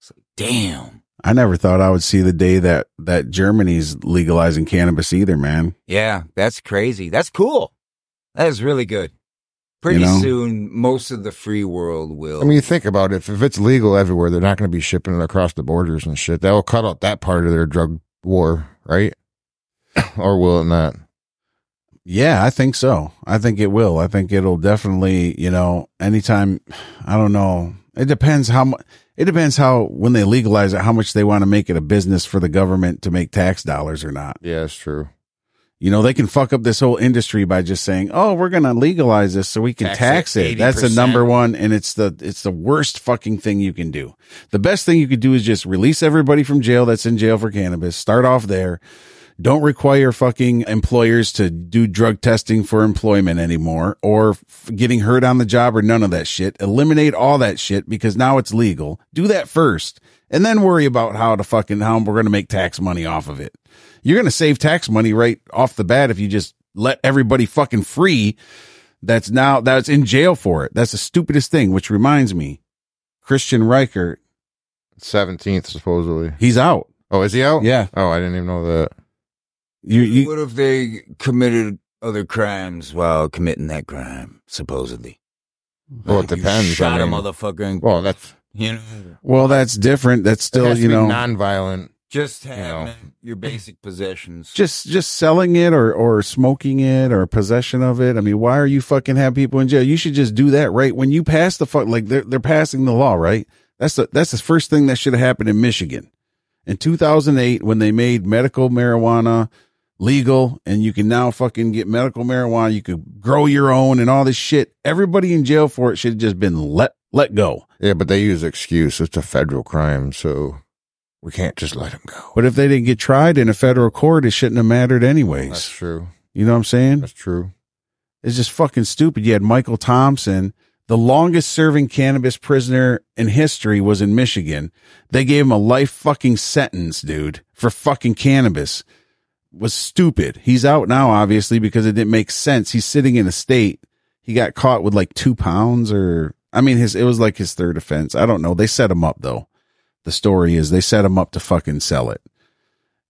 [SPEAKER 2] It's like, damn.
[SPEAKER 3] I never thought I would see the day that that Germany's legalizing cannabis either, man.
[SPEAKER 2] Yeah, that's crazy. That's cool. That is really good. Pretty
[SPEAKER 3] know?
[SPEAKER 2] soon, most of the free world will.
[SPEAKER 1] I mean, you think about it. If, if it's legal everywhere, they're not going to be shipping it across the borders and shit. That will cut out that part of their drug war, right? or will it not?
[SPEAKER 3] Yeah, I think so. I think it will. I think it'll definitely, you know, anytime I don't know. It depends how much it depends how when they legalize it how much they want to make it a business for the government to make tax dollars or not.
[SPEAKER 1] Yeah, it's true.
[SPEAKER 3] You know, they can fuck up this whole industry by just saying, "Oh, we're going to legalize this so we can
[SPEAKER 2] Tax
[SPEAKER 3] tax,
[SPEAKER 2] it
[SPEAKER 3] it." That's the
[SPEAKER 2] 80%.
[SPEAKER 3] number one and it's the it's the worst fucking thing you can do. The best thing you could do is just release everybody from jail that's in jail for cannabis. Start off there. Don't require fucking employers to do drug testing for employment anymore or f- getting hurt on the job or none of that shit. Eliminate all that shit because now it's legal. Do that first and then worry about how to fucking how we're going to make tax money off of it you're going to save tax money right off the bat if you just let everybody fucking free that's now that's in jail for it. That's the stupidest thing, which reminds me, Christian Reichert,
[SPEAKER 1] 17th, supposedly.
[SPEAKER 3] he's out.
[SPEAKER 1] Oh, is he out?
[SPEAKER 3] Yeah.
[SPEAKER 1] Oh, I didn't even know that.
[SPEAKER 3] You, you
[SPEAKER 2] what if they committed other crimes while committing that crime, supposedly?
[SPEAKER 1] Well, Oh, it
[SPEAKER 2] You
[SPEAKER 1] depends. I
[SPEAKER 2] shot
[SPEAKER 1] mean-
[SPEAKER 2] a motherfucker and,
[SPEAKER 1] Well, that's
[SPEAKER 2] you know,
[SPEAKER 3] well, that's different. That's
[SPEAKER 1] it
[SPEAKER 3] still,
[SPEAKER 1] has to
[SPEAKER 3] you
[SPEAKER 1] be
[SPEAKER 3] know,
[SPEAKER 1] nonviolent.
[SPEAKER 2] just
[SPEAKER 1] know.
[SPEAKER 2] having your basic possessions.
[SPEAKER 3] just just selling it or or smoking it or possession of it. I mean, why are you fucking have people in jail? You should just do that right when you pass the fuck like they're they're passing the law, right? That's the that's the first thing that should have happened in Michigan in 2008 when they made medical marijuana legal and you can now fucking get medical marijuana. You could grow your own and all this shit. Everybody in jail for it should have just been let let go.
[SPEAKER 1] Yeah, but they use excuse. It's a federal crime, so we can't just let him go.
[SPEAKER 3] But if they didn't get tried in a federal court, it shouldn't have mattered
[SPEAKER 1] That's
[SPEAKER 3] anyways.
[SPEAKER 1] true.
[SPEAKER 3] You know what I'm saying?
[SPEAKER 1] That's true.
[SPEAKER 3] It's just fucking stupid. You had Michael Thompson, the longest serving cannabis prisoner in history was in Michigan. They gave him a life fucking sentence, dude, for fucking cannabis. Was stupid. He's out now, obviously, because it didn't make sense. He's sitting in a state. He got caught with like two pounds or, I mean, his, it was like his third offense. I don't know. They set him up though. The story is they set him up to fucking sell it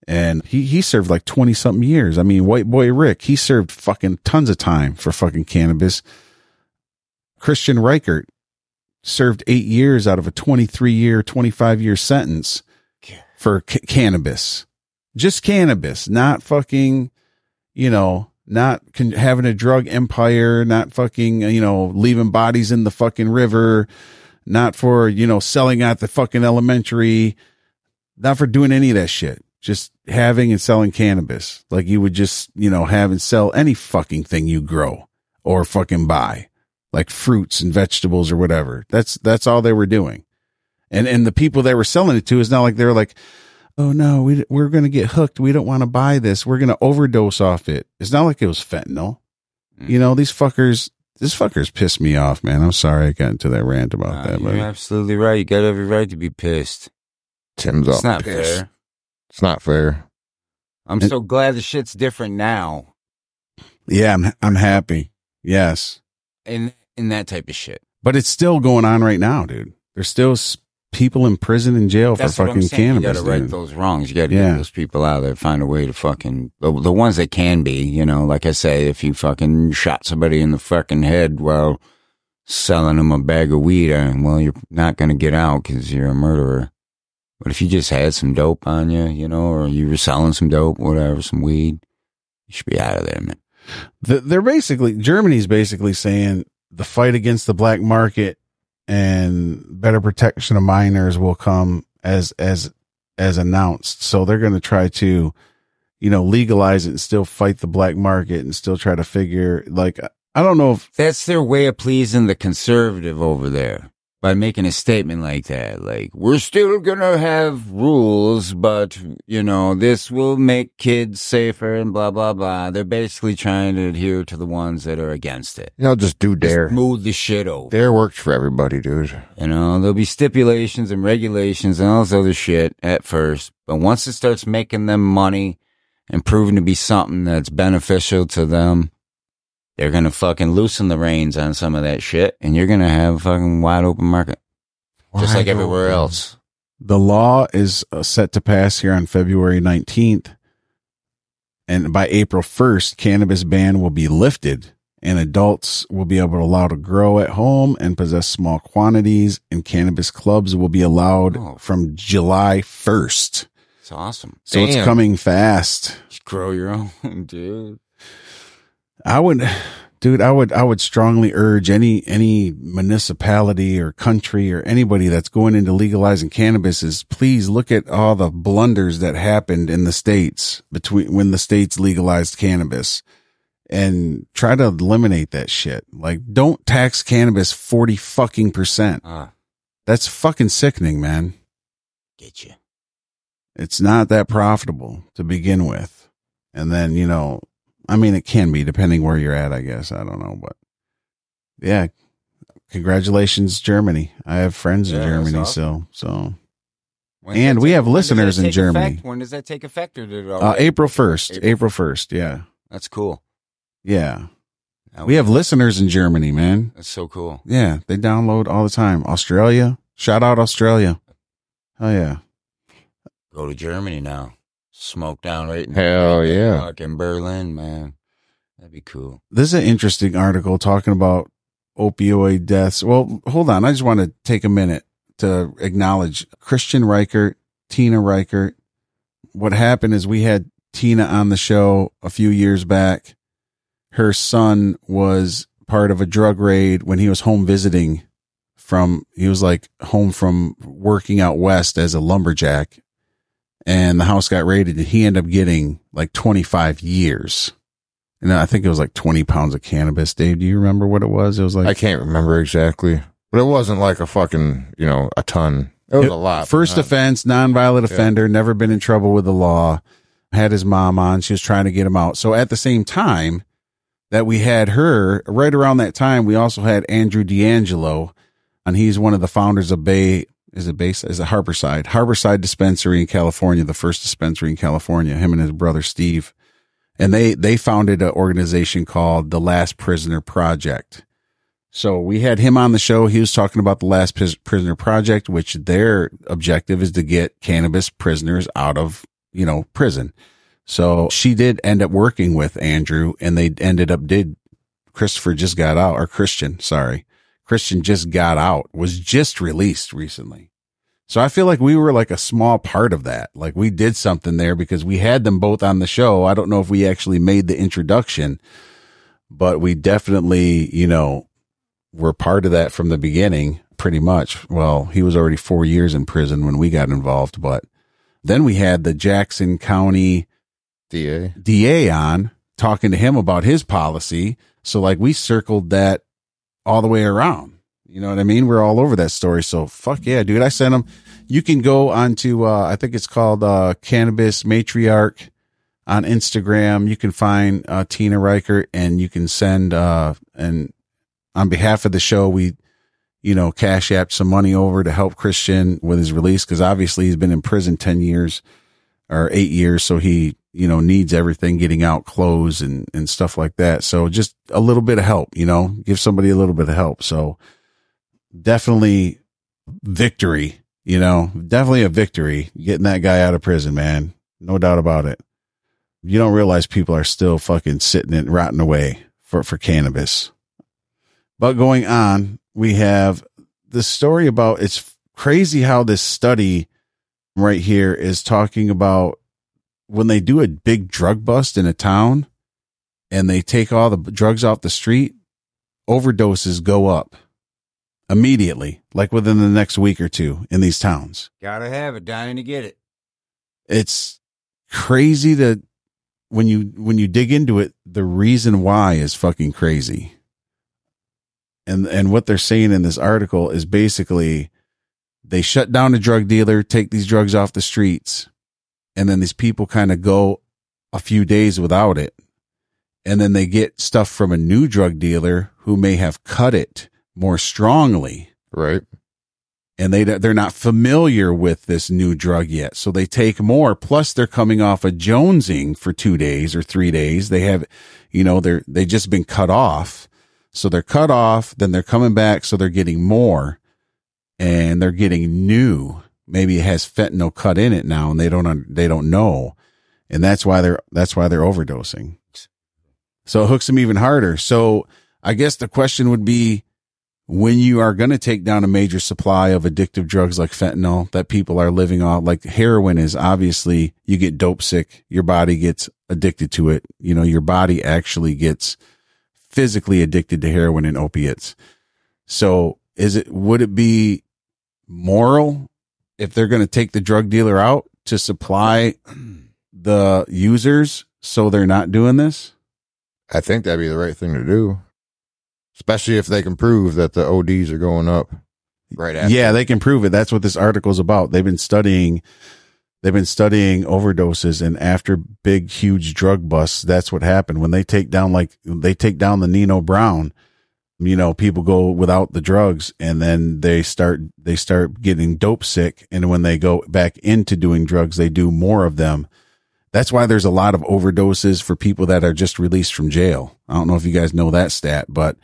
[SPEAKER 3] and he he served like 20 something years. I mean, white boy Rick, he served fucking tons of time for fucking cannabis. Christian Reichert served 8 years out of a 23 year, 25 year sentence for c- cannabis. Just cannabis, not fucking, you know, not con- having a drug empire, not fucking, uh, you know, leaving bodies in the fucking river, not for, you know, selling out the fucking elementary, not for doing any of that shit. Just having and selling cannabis. Like you would just, you know, have and sell any fucking thing you grow or fucking buy, like fruits and vegetables or whatever. That's, that's all they were doing. And, and the people they were selling it to is not like they're like, Oh no, we, we're going to get hooked. We don't want to buy this. We're going to overdose off it. It's not like it was fentanyl. You know, these fuckers, this fuckers pissed me off, man. I'm sorry I got into that rant about
[SPEAKER 2] Nah,
[SPEAKER 3] that,
[SPEAKER 2] you're
[SPEAKER 3] but
[SPEAKER 2] absolutely right. You got every right to be pissed.
[SPEAKER 1] Tim's
[SPEAKER 2] It's
[SPEAKER 1] all
[SPEAKER 2] not
[SPEAKER 1] pissed.
[SPEAKER 2] fair.
[SPEAKER 1] It's not fair.
[SPEAKER 2] I'm
[SPEAKER 3] It-
[SPEAKER 2] so glad the shit's different now
[SPEAKER 3] yeah, I'm, I'm happy. Yes.
[SPEAKER 2] in in that type of shit.
[SPEAKER 3] But it's still going on right now, dude. There's still s- people in prison and jail
[SPEAKER 2] That's
[SPEAKER 3] for
[SPEAKER 2] what I'm
[SPEAKER 3] fucking
[SPEAKER 2] saying.
[SPEAKER 3] cannabis.
[SPEAKER 2] You gotta right
[SPEAKER 3] dude.
[SPEAKER 2] those wrongs. You gotta
[SPEAKER 3] Yeah.
[SPEAKER 2] get those people out of there. Find a way to fucking the, the ones that can be. You know, like I say, if you fucking shot somebody in the fucking head while selling them a bag of weed, I well, you're not gonna get out because you're a murderer. But if you just had some dope on you, you know, or you were selling some dope, whatever, some weed, you should be out of there, man.
[SPEAKER 3] Th- They're basically Germany's basically saying the fight against the black market and better protection of minors will come as as as announced. So they're going to try to, you know, legalize it and still fight the black market and still try to figure like I don't know if
[SPEAKER 2] That's their way of pleasing the conservative over there by making a statement like that. Like, we're still gonna have rules, but, you know, this will make kids safer and blah, blah, blah. They're basically trying to adhere to the ones that are against it.
[SPEAKER 1] You know, just do
[SPEAKER 2] Just
[SPEAKER 1] dare.
[SPEAKER 2] move the shit over.
[SPEAKER 1] Dare works for everybody, dude.
[SPEAKER 2] You know, there'll be stipulations and regulations and all this other shit at first, but once it starts making them money and proving to be something that's beneficial to them, they're gonna fucking loosen the reins on some of that shit, and you're gonna have a fucking wide open market, just like everywhere else.
[SPEAKER 3] the law is uh, set to pass here on February 19th. And by April 1st, cannabis ban will be lifted and adults will be able to allow to grow at home and possess small quantities and cannabis clubs will be allowed
[SPEAKER 2] Oh.
[SPEAKER 3] from July 1st.
[SPEAKER 2] It's awesome.
[SPEAKER 3] So it's
[SPEAKER 1] Damn.
[SPEAKER 3] coming fast.
[SPEAKER 2] Just grow your own, dude.
[SPEAKER 3] I would, dude, I would, I would strongly urge any, any municipality or country or anybody that's going into legalizing cannabis is please look at all the blunders that happened in the states between when the states legalized cannabis and try to eliminate that shit. Like don't tax cannabis 40 fucking percent.
[SPEAKER 2] Ah,
[SPEAKER 3] That's fucking sickening, man.
[SPEAKER 2] get you.
[SPEAKER 3] It's not that
[SPEAKER 2] Mm-hmm.
[SPEAKER 3] profitable to begin with. And then, you know, I mean, it can be depending where you're at, I guess. I don't know, but yeah. Congratulations, Germany. I have friends in
[SPEAKER 2] Yeah, that's
[SPEAKER 3] Germany,
[SPEAKER 2] awesome.
[SPEAKER 3] so, so,
[SPEAKER 2] When does
[SPEAKER 3] And
[SPEAKER 2] that
[SPEAKER 3] we
[SPEAKER 2] take-
[SPEAKER 3] have
[SPEAKER 2] when does that
[SPEAKER 3] listeners in
[SPEAKER 2] take
[SPEAKER 3] Germany.
[SPEAKER 2] effect? When does that take effect? Or did it
[SPEAKER 3] uh,
[SPEAKER 2] already?
[SPEAKER 3] April 1st,
[SPEAKER 2] Oh, April.
[SPEAKER 3] April 1st. Yeah.
[SPEAKER 2] That's cool.
[SPEAKER 3] Yeah.
[SPEAKER 2] That
[SPEAKER 3] We
[SPEAKER 2] was-
[SPEAKER 3] have listeners in Germany, man.
[SPEAKER 2] That's so cool.
[SPEAKER 3] Yeah. They download all the time. Australia. Shout out Australia. Oh, yeah.
[SPEAKER 2] Go to Germany now. Smoke down right in
[SPEAKER 1] Hell yeah.
[SPEAKER 2] fucking Berlin, man. That'd be cool.
[SPEAKER 3] This is an interesting article talking about opioid deaths. Well, hold on. I just want to take a minute to acknowledge Christian Reichert, Tina Reichert. What happened is we had Tina on the show a few years back. Her son was part of a drug raid when he was home visiting from, he was like home from working out west as a lumberjack. And the house got raided and he ended up getting like 25 years. And I think it was like 20 pounds of cannabis. Dave, do you remember what it was? It was like
[SPEAKER 1] I can't remember exactly, but it wasn't like a fucking, you know, a ton. It was
[SPEAKER 3] It-
[SPEAKER 1] a lot. but
[SPEAKER 3] First
[SPEAKER 1] not-
[SPEAKER 3] offense, nonviolent
[SPEAKER 1] Uh-huh. Yeah.
[SPEAKER 3] offender, never been in trouble with the law, had his mom on. She was trying to get him out. So at the same time that we had her, right around that time, we also had Andrew D'Angelo, and he's one of the founders of Bay. Is it base? Is it Harborside? Harborside Dispensary in California, the first dispensary in California. Him and his brother Steve, and they they founded an organization called the Last Prisoner Project. So we had him on the show. He was talking about the Last Pris- Prisoner Project, which their objective is to get cannabis prisoners out of, you know, prison. So she did end up working with Andrew and they ended up did Christopher just got out or Christian, sorry. Christian just got out, was just released recently. So I feel like we were like a small part of that. Like we did something there because we had them both on the show. I don't know if we actually made the introduction, but we definitely, you know, were part of that from the beginning, pretty much. Well, he was already four years in prison when we got involved, but then we had the Jackson County
[SPEAKER 1] DA.
[SPEAKER 3] DA on talking to him about his policy. So like we circled that all the way around. You know what I mean? We're all over that story. So fuck yeah, dude. I sent him. You can go onto uh I think it's called uh Cannabis Matriarch on Instagram. You can find uh Tina Riker and you can send uh and on behalf of the show we you know cash apped some money over to help Christian with his release because obviously he's been in prison ten years or eight years. So he, you know, needs everything getting out clothes and, and stuff like that. So just a little bit of help, you know, give somebody a little bit of help. So definitely victory, you know, definitely a victory getting that guy out of prison, man. No doubt about it. You don't realize people are still fucking sitting and rotting away for, for cannabis. But going on, we have the story about it's crazy how this study right here is talking about when they do a big drug bust in a town and they take all the drugs off the street, overdoses go up immediately, like within the next week or two in these towns.
[SPEAKER 2] Gotta have it, dying to get it.
[SPEAKER 3] It's crazy to when you when you dig into it, the reason why is fucking crazy. And and what they're saying in this article is basically they shut down a drug dealer, take these drugs off the streets, and then these people kind of go a few days without it. And then they get stuff from a new drug dealer who may have cut it more strongly
[SPEAKER 1] Right.
[SPEAKER 3] and they they're not familiar with this new drug yet so they take more plus they're coming off a jonesing for 2 days or 3 days they have you know they're they just been cut off so they're cut off then they're coming back so they're getting more and they're getting new maybe it has fentanyl cut in it now, and they don't un- they don't know, and that's why they're that's why they're overdosing. So it hooks them even harder. So I guess the question would be, when you are going to take down a major supply of addictive drugs like fentanyl that people are living off, like heroin is obviously you get dope sick, your body gets addicted to it. You know, your body actually gets physically addicted to heroin and opiates. So is it, would it be moral if they're going to take the drug dealer out to supply the users so they're not doing this?
[SPEAKER 1] I think that'd be the right thing to do, especially if they can prove that the ODs are going up right after.
[SPEAKER 3] Yeah, they can prove it. That's what this article's about. They've been studying they've been studying overdoses and after big huge drug busts, that's what happened. When they take down like they take down the Nino Brown, you know, people go without the drugs and then they start they start getting dope sick and when they go back into doing drugs, they do more of them. That's why there's a lot of overdoses for people that are just released from jail. I don't know if you guys know that stat, but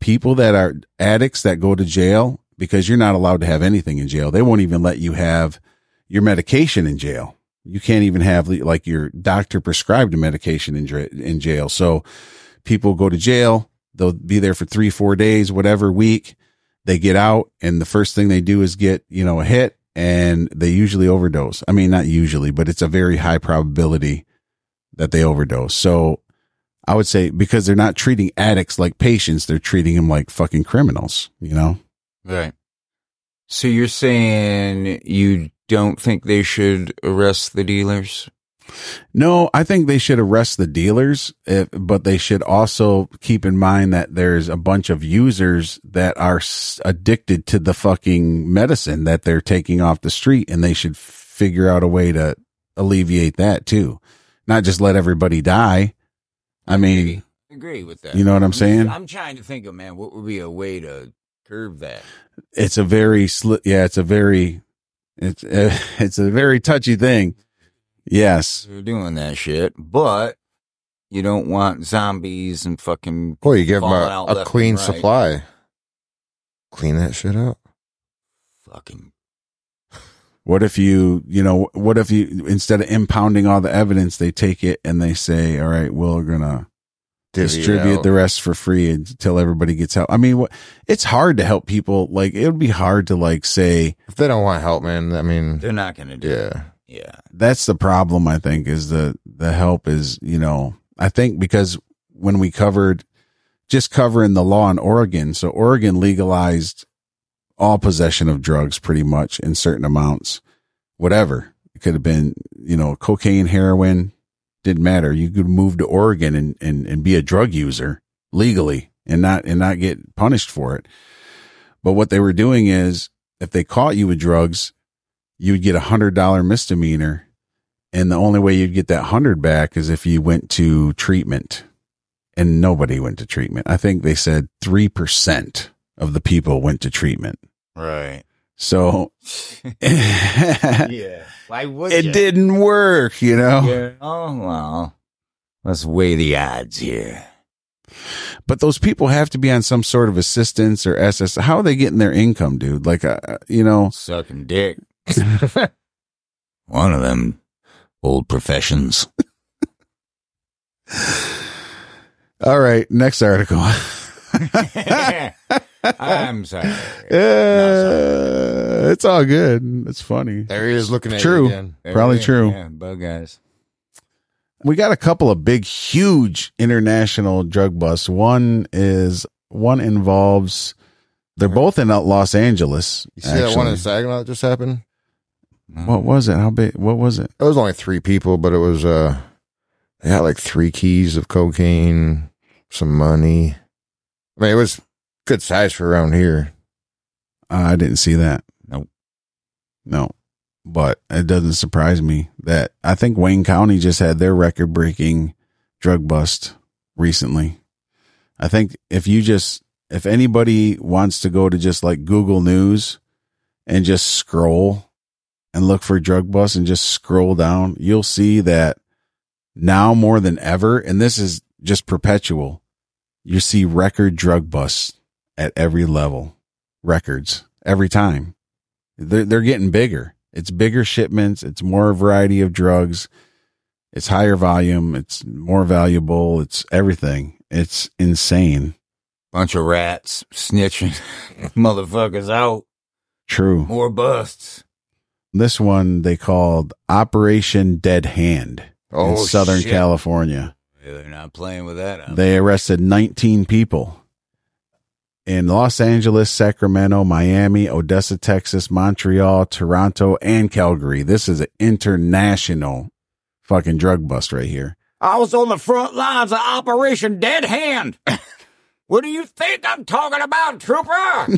[SPEAKER 3] people that are addicts that go to jail because you're not allowed to have anything in jail. They won't even let you have your medication in jail. You can't even have like your doctor prescribed a medication in, dra- in jail. So people go to jail. They'll be there for three, four days, whatever week they get out. And the first thing they do is get, you know, a hit and they usually overdose. I mean, not usually, but it's a very high probability that they overdose. So I would say because they're not treating addicts like patients, they're treating them like fucking criminals, you know?
[SPEAKER 2] Right. So you're saying you don't think they should arrest the dealers?
[SPEAKER 3] No, I think they should arrest the dealers, eh, but they should also keep in mind that there's a bunch of users that are s- addicted to the fucking medicine that they're taking off the street, and they should figure out a way to alleviate that too. Not just let everybody die. I mean,
[SPEAKER 2] Agree with that.
[SPEAKER 3] you know what I'm saying?
[SPEAKER 2] I'm trying to think of man, what would be a way to curb that?
[SPEAKER 3] it's a very sli- yeah, it's a very it's uh, it's a very touchy thing. Yes.
[SPEAKER 2] They're doing that shit, but you don't want zombies and fucking
[SPEAKER 1] Boy, you give them
[SPEAKER 2] Falling
[SPEAKER 1] a,
[SPEAKER 2] out
[SPEAKER 1] a
[SPEAKER 2] left
[SPEAKER 1] clean
[SPEAKER 2] and right.
[SPEAKER 1] supply. Clean that shit up.
[SPEAKER 2] fucking
[SPEAKER 3] What if you, you know, what if you, instead of impounding all the evidence, they take it and they say, all right, we're going to
[SPEAKER 1] Divvy it
[SPEAKER 3] distribute
[SPEAKER 1] out.
[SPEAKER 3] the rest for free until everybody gets help. I mean, what, it's hard to help people. Like, it would be hard to, like, say,
[SPEAKER 1] If they don't want help, man, I mean,
[SPEAKER 2] they're not gonna do it.
[SPEAKER 1] yeah.
[SPEAKER 2] Yeah.
[SPEAKER 3] that's the problem, I think, is the, the help is, you know, I think because when we covered just covering the law in Oregon, so Oregon legalized all possession of drugs pretty much in certain amounts, whatever. It could have been, you know, cocaine, heroin, didn't matter. You could move to Oregon and, and, and be a drug user legally and not, and not get punished for it. But what they were doing is if they caught you with drugs, you would get a hundred dollar misdemeanor. And the only way you'd get that hundred back is if you went to treatment and nobody went to treatment. I think they said 3% of the people went to treatment.
[SPEAKER 2] Right.
[SPEAKER 3] So it
[SPEAKER 2] yeah. Why would ya?
[SPEAKER 3] didn't work, you know?
[SPEAKER 2] Yeah. Oh well. Let's weigh the odds here.
[SPEAKER 3] But those people have to be on some sort of assistance or SS. How are they getting their income, dude? Like, uh, you know,
[SPEAKER 2] Sucking dick. One of them old professions.
[SPEAKER 3] all right, next article.
[SPEAKER 2] I'm sorry.
[SPEAKER 3] Uh, it's all good. It's funny.
[SPEAKER 1] There he is looking at
[SPEAKER 3] True.
[SPEAKER 1] you again.
[SPEAKER 3] Probably
[SPEAKER 2] Yeah,
[SPEAKER 3] true.
[SPEAKER 2] Yeah, bug eyes.
[SPEAKER 3] we got a couple of big huge international drug busts one is one involves they're both in los angeles
[SPEAKER 1] You see that one in
[SPEAKER 3] actually.
[SPEAKER 1] Saginaw that just happened?
[SPEAKER 3] what was it how big what was it
[SPEAKER 1] It was only three people, but it was uh, they had like three keys of cocaine, some money. I mean, it was good size for around here.
[SPEAKER 3] i didn't see that
[SPEAKER 2] Nope.
[SPEAKER 3] no but it doesn't surprise me that i think wayne county just had their record breaking drug bust recently i think if you just if anybody wants to go to just like google news and just scroll and look for drug bust and just scroll down, you'll see that now more than ever, and this is just perpetual, you see record drug busts at every level, records every time. They're, they're getting bigger. It's bigger shipments. It's more variety of drugs. It's higher volume. It's more valuable. It's everything. It's insane.
[SPEAKER 2] Bunch of rats snitching motherfuckers out.
[SPEAKER 3] True.
[SPEAKER 2] More busts.
[SPEAKER 3] This one they called Operation Dead Hand
[SPEAKER 1] Oh,
[SPEAKER 3] in Southern
[SPEAKER 2] shit.
[SPEAKER 3] California.
[SPEAKER 2] Yeah, they're not playing with that. huh?
[SPEAKER 3] Um, They arrested 19 people in Los Angeles, Sacramento, Miami, Odessa, Texas, Montreal, Toronto, and Calgary. This is an international fucking drug bust right here.
[SPEAKER 2] I was on the front lines of Operation Dead Hand. what do you think I'm talking about, Trooper?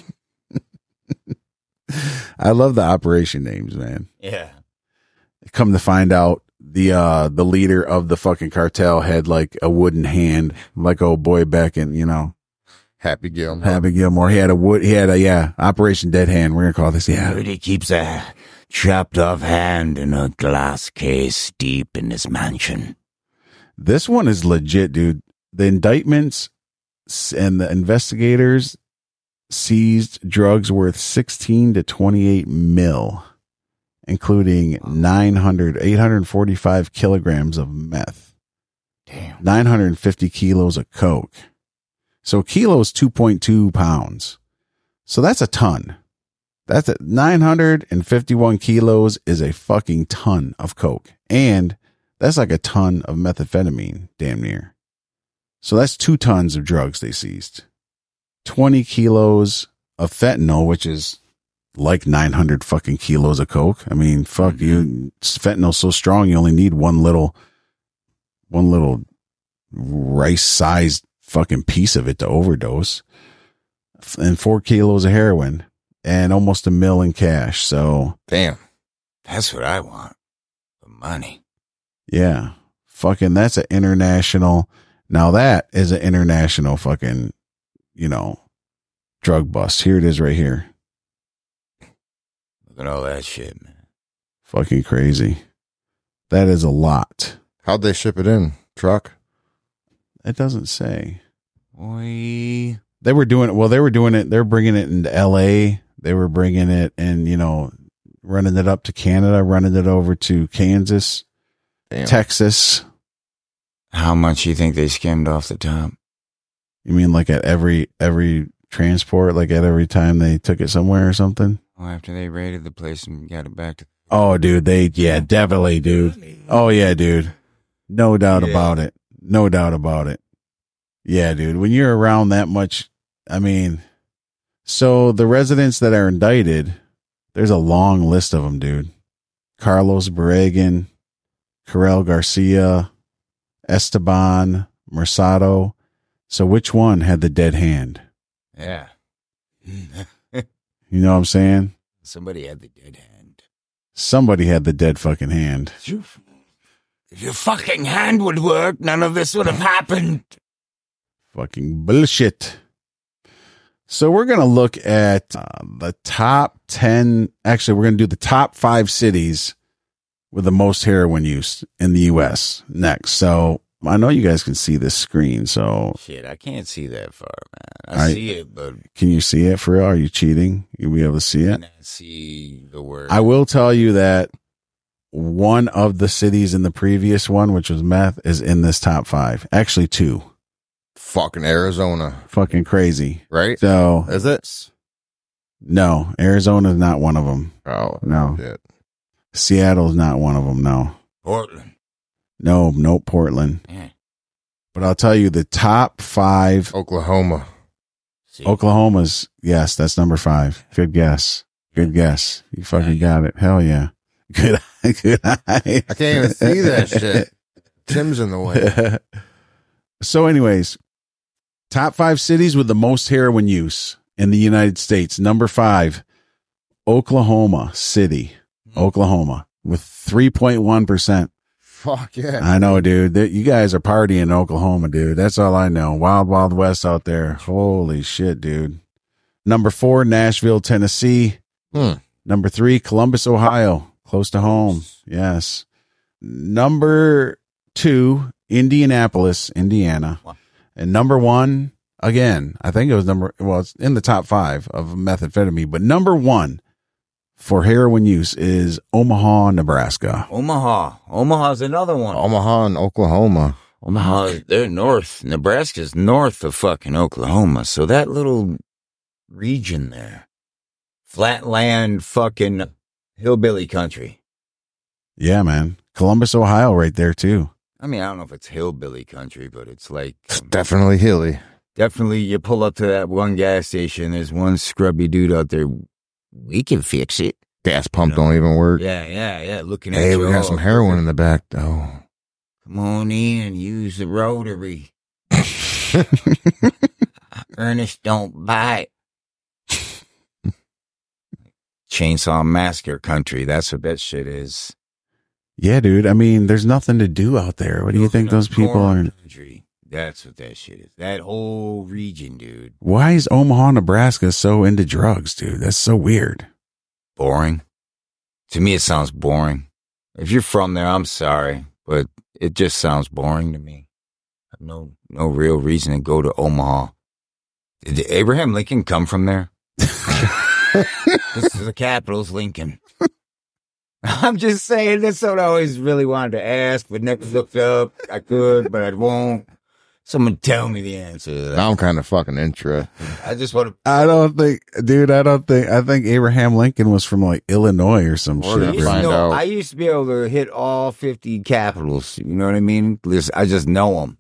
[SPEAKER 3] I love the operation names, man.
[SPEAKER 2] yeah.
[SPEAKER 3] Come to find out the uh the leader of the fucking cartel had like a wooden hand, like old boy back in, you know,
[SPEAKER 1] Happy Gilmore.
[SPEAKER 3] Happy Gilmore. He had a wood he had a yeah, Operation Dead Hand. We're gonna call this yeah.
[SPEAKER 2] Dude, he keeps a chopped off hand in a glass case deep in his mansion.
[SPEAKER 3] This one is legit, dude. The indictments s- and the investigators seized drugs worth 16 to 28 mil, including 900, 845 kilograms of meth,
[SPEAKER 2] Damn.
[SPEAKER 3] 950 kilos of coke. So kilos, 2.2 pounds. So that's a ton. That's a, 951 kilos is a fucking ton of coke. And that's like a ton of methamphetamine, damn near. So that's two tons of drugs they seized. 20 kilos of fentanyl, which is like 900 fucking kilos of coke. I mean, fuck you. Fentanyl's so strong, you only need one little, one little rice sized fucking piece of it to overdose. F- And four kilos of heroin and almost a mil in cash. So
[SPEAKER 1] Damn.
[SPEAKER 2] That's what I want. The money.
[SPEAKER 3] Yeah. Fucking that's an international now that is an international fucking, you know, drug bust. Here it is right here.
[SPEAKER 2] Look at all that shit, man.
[SPEAKER 3] Fucking crazy. That is a lot.
[SPEAKER 1] How'd they ship it in? Truck?
[SPEAKER 3] It doesn't say.
[SPEAKER 2] Oi.
[SPEAKER 3] They were doing it. Well, they were doing it. They're bringing it into LA. They were bringing it and, you know, running it up to Canada, running it over to Kansas,
[SPEAKER 1] Damn.
[SPEAKER 3] Texas.
[SPEAKER 2] How much you think they skimmed off the top?
[SPEAKER 3] You mean like at every, every transport, like at every time they took it somewhere or something?
[SPEAKER 2] Oh, after they raided the place and got it back to
[SPEAKER 3] Oh, dude, they yeah, definitely, dude. Oh yeah, dude. No doubt
[SPEAKER 2] Yeah.
[SPEAKER 3] about it. No doubt about it. Yeah, dude. When you're around that much, I mean, so the residents that are indicted, there's a long list of them, dude. Carlos Barragan, Corel Garcia, Esteban Mercado. So which one had the dead hand?
[SPEAKER 2] Yeah.
[SPEAKER 3] You know what I'm saying?
[SPEAKER 2] Somebody had the dead hand.
[SPEAKER 3] Somebody had the dead fucking hand.
[SPEAKER 2] If your fucking hand would work, none of this would have happened.
[SPEAKER 3] Fucking bullshit. So we're going to look at uh, the top 10. Actually, we're going to do the top five cities with the most heroin use in the U.S. next. So I know you guys can see this screen. So
[SPEAKER 2] Shit, I can't see that far, man. I,
[SPEAKER 3] I-
[SPEAKER 2] see it, but
[SPEAKER 3] can you see it for real? Are you cheating? You'll be able to see
[SPEAKER 2] I
[SPEAKER 3] it.
[SPEAKER 2] cannot see the word.
[SPEAKER 3] I will tell you that one of the cities in the previous one, which was meth, is in this top five. Actually, two.
[SPEAKER 1] Fucking Arizona,
[SPEAKER 3] Fucking crazy.
[SPEAKER 1] right?
[SPEAKER 3] So
[SPEAKER 1] Is it?
[SPEAKER 3] no, Arizona's not one of them.
[SPEAKER 1] Oh,
[SPEAKER 3] No.
[SPEAKER 1] shit.
[SPEAKER 3] Seattle's not one of them. No,
[SPEAKER 2] Portland.
[SPEAKER 3] no, no Portland.
[SPEAKER 2] Yeah.
[SPEAKER 3] But I'll tell you the top five.
[SPEAKER 1] Oklahoma.
[SPEAKER 2] See,
[SPEAKER 3] Oklahoma's yes, that's number five. Good guess. Good guess. You fucking got it. Hell yeah. Good. Good. I
[SPEAKER 1] I can't even see that shit. Tim's in the way.
[SPEAKER 3] so, anyways, top five cities with the most heroin use in the United States. Number five, Oklahoma City,
[SPEAKER 1] Hmm.
[SPEAKER 3] Oklahoma, with three point one percent.
[SPEAKER 1] Fuck yeah.
[SPEAKER 3] I know, dude. That you guys are partying in Oklahoma, dude. That's all I know. Wild, wild west out there. Holy shit, dude. Number four, Nashville, Tennessee.
[SPEAKER 1] Hmm.
[SPEAKER 3] Number three, Columbus, Ohio. Close to home. Yes. Number two, Indianapolis, Indiana.
[SPEAKER 2] Wow.
[SPEAKER 3] And number one, again, I think it was number, well, it's in the top five of methamphetamine, but number one, for heroin use is Omaha, Nebraska.
[SPEAKER 2] Omaha. Omaha's another one.
[SPEAKER 1] Omaha and Oklahoma.
[SPEAKER 2] Omaha, they're north. Nebraska's north of fucking Oklahoma. So that little region there, flatland fucking hillbilly country.
[SPEAKER 3] Yeah, man. Columbus, Ohio, right there too.
[SPEAKER 2] I mean, I don't know if it's hillbilly country, but it's like
[SPEAKER 1] It's
[SPEAKER 2] um,
[SPEAKER 1] definitely hilly.
[SPEAKER 2] definitely you pull up to that one gas station. There's one scrubby dude out there. We can fix it.
[SPEAKER 1] Gas pump don't even work.
[SPEAKER 2] Yeah, yeah, yeah. Looking at
[SPEAKER 1] Hey,
[SPEAKER 2] you,
[SPEAKER 1] we got
[SPEAKER 2] oh,
[SPEAKER 1] some heroin in the back though.
[SPEAKER 2] Come on in and use the rotary. Ernest, don't bite. Chainsaw Massacre Country. That's what that shit is.
[SPEAKER 3] Yeah, dude. I mean, there's nothing to do out there. What do you think those people are?
[SPEAKER 2] Country. That's what that shit is. That whole region, dude.
[SPEAKER 3] Why is Omaha, Nebraska so into drugs, dude? That's so weird.
[SPEAKER 2] Boring. To me, it sounds boring. If you're from there, I'm sorry, but it just sounds boring to me. I've no no real reason to go to Omaha. Did Abraham Lincoln come from there? this is the capital's Lincoln. I'm just saying that's what I always really wanted to ask, but never looked up. I could, but I won't. Someone tell me the answer. to that.
[SPEAKER 1] I'm kind of fucking interested.
[SPEAKER 2] I just want
[SPEAKER 3] I don't think, dude. I don't think. I think Abraham Lincoln was from like Illinois or some
[SPEAKER 1] Or
[SPEAKER 3] shit.
[SPEAKER 1] Nebraska.
[SPEAKER 2] to
[SPEAKER 1] find
[SPEAKER 2] know,
[SPEAKER 1] out.
[SPEAKER 2] I used to be able to hit all 50 capitals. You know what I mean? Just- I just know them.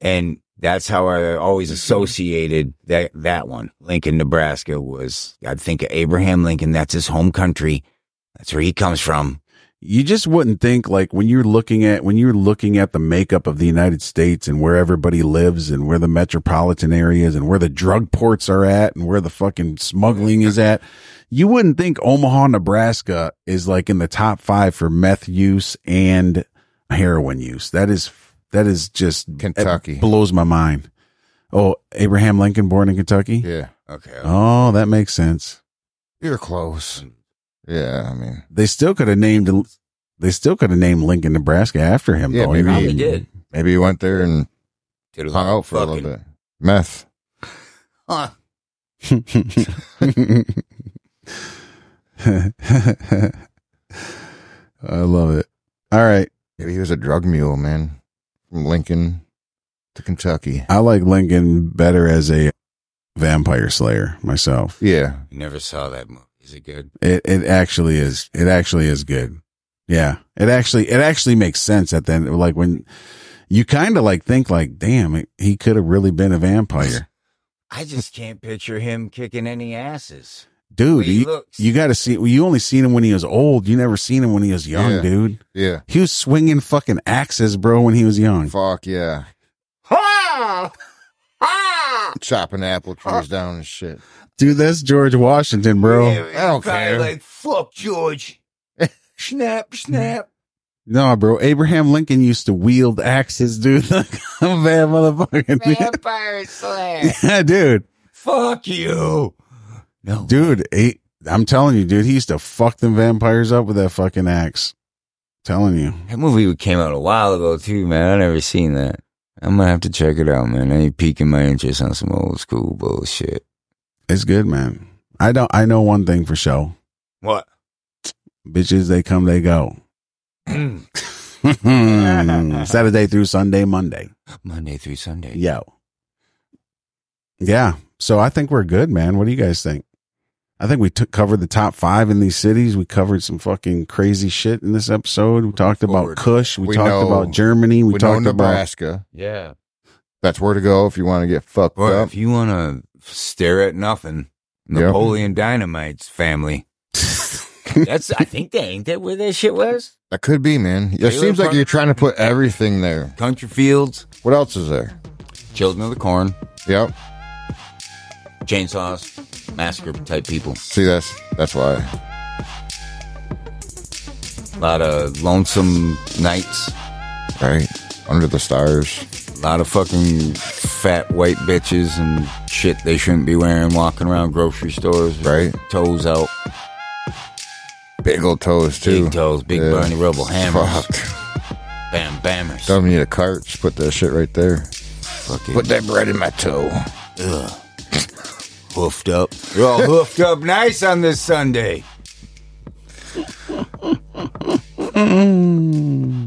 [SPEAKER 2] And that's how I always associated that, that one. Lincoln, Nebraska was, I think of Abraham Lincoln. That's his home country. That's where he comes from.
[SPEAKER 3] you just wouldn't think like when you're looking at when you're looking at the makeup of the United States and where everybody lives and where the metropolitan areas and where the drug ports are at and where the fucking smuggling is at, you wouldn't think Omaha, Nebraska is like in the top five for meth use and heroin use. That is that is just
[SPEAKER 1] Kentucky.
[SPEAKER 3] it blows my mind. Oh, Abraham Lincoln born in Kentucky.
[SPEAKER 1] Yeah.
[SPEAKER 2] Okay. Mm.
[SPEAKER 3] Oh, that makes sense.
[SPEAKER 1] You're close. Yeah, I mean,
[SPEAKER 3] They still could have named they still could have named Lincoln, Nebraska after him.
[SPEAKER 1] Yeah,
[SPEAKER 3] though. I
[SPEAKER 1] maybe.
[SPEAKER 3] mean-
[SPEAKER 2] Probably did.
[SPEAKER 1] maybe you went there and
[SPEAKER 2] Did
[SPEAKER 1] hung out for a little bit. Meth.
[SPEAKER 2] Huh.
[SPEAKER 3] I love it. All right.
[SPEAKER 1] Maybe he was a drug mule, man, from Lincoln to Kentucky.
[SPEAKER 3] I like Lincoln better as a vampire slayer myself.
[SPEAKER 1] Yeah,
[SPEAKER 2] Never saw that movie. Is it good?
[SPEAKER 3] It it actually is it actually is good. Yeah. It actually it actually makes sense at the end. Like when you kind of like think like, damn, he could have really been a vampire.
[SPEAKER 2] I just can't picture him kicking any asses.
[SPEAKER 3] Dude,
[SPEAKER 2] he
[SPEAKER 3] you,
[SPEAKER 2] looks.
[SPEAKER 3] you got to see, you only seen him when he was old. You never seen him when he was young,
[SPEAKER 1] Yeah.
[SPEAKER 3] dude.
[SPEAKER 1] yeah.
[SPEAKER 3] He was swinging fucking axes, bro, when he was young.
[SPEAKER 1] Fuck yeah.
[SPEAKER 2] Ah! Ah!
[SPEAKER 1] Chopping apple trees down and shit.
[SPEAKER 3] Dude, that's George Washington, bro.
[SPEAKER 2] Yeah,
[SPEAKER 1] I don't
[SPEAKER 2] probably
[SPEAKER 1] care.
[SPEAKER 2] Like fuck George. snap, snap.
[SPEAKER 3] No, bro. Abraham Lincoln used to wield axes, dude. Like a bad motherfucker.
[SPEAKER 2] Vampire slayer.
[SPEAKER 3] yeah, dude.
[SPEAKER 2] fuck you. No,
[SPEAKER 3] Dude, he, I'm telling you, dude, he used to fuck them vampires up with that fucking axe. Telling you.
[SPEAKER 2] that movie came out a while ago too, man. I never seen that. I'm gonna have to check it out, man. I ain't piquing my interest on some old school bullshit.
[SPEAKER 3] It's good, man. I don't I know one thing for sure.
[SPEAKER 2] What?
[SPEAKER 3] Bitches, they come, they go. Saturday through Sunday, Monday.
[SPEAKER 2] Monday through Sunday.
[SPEAKER 3] Yo. Yeah. So I think we're good, man. What do you guys think? I think we took covered the top five in these cities. We covered some fucking crazy shit in this episode. We talked about
[SPEAKER 2] forward.
[SPEAKER 3] Kush. We,
[SPEAKER 1] We
[SPEAKER 3] talked
[SPEAKER 1] know-
[SPEAKER 3] about Germany.
[SPEAKER 1] We,
[SPEAKER 3] We,
[SPEAKER 1] know
[SPEAKER 3] talked about
[SPEAKER 1] Nebraska.
[SPEAKER 2] Yeah.
[SPEAKER 1] That's where to go if you want to get fucked
[SPEAKER 2] Or
[SPEAKER 1] up.
[SPEAKER 2] if you wanna stare at nothing,
[SPEAKER 1] Yeah.
[SPEAKER 2] Napoleon Dynamite's family. That's I think that ain't that where that shit was?
[SPEAKER 1] That could be, man. It
[SPEAKER 2] Taylor
[SPEAKER 1] seems like
[SPEAKER 2] Park-
[SPEAKER 1] you're trying to put everything there.
[SPEAKER 2] Country fields,
[SPEAKER 1] What else is there?
[SPEAKER 2] children of the corn.
[SPEAKER 1] Yep.
[SPEAKER 2] chainsaws, massacre type people.
[SPEAKER 1] See, that's that's why.
[SPEAKER 2] A lot of lonesome nights,
[SPEAKER 1] Right under the stars.
[SPEAKER 2] a lot of fucking fat white bitches and shit they shouldn't be wearing walking around grocery stores. with
[SPEAKER 1] Right.
[SPEAKER 2] Toes out,
[SPEAKER 1] Big old toes too.
[SPEAKER 2] big toes, big
[SPEAKER 1] Yeah.
[SPEAKER 2] Bernie Rubble hammers,
[SPEAKER 1] Fuck.
[SPEAKER 2] bam bammers.
[SPEAKER 1] Don't need a cart. Just put that shit right there.
[SPEAKER 2] Fucking
[SPEAKER 1] Put that bread in my toe.
[SPEAKER 2] hoofed up. You're all hoofed up nice on this Sunday.
[SPEAKER 3] Mm-mm.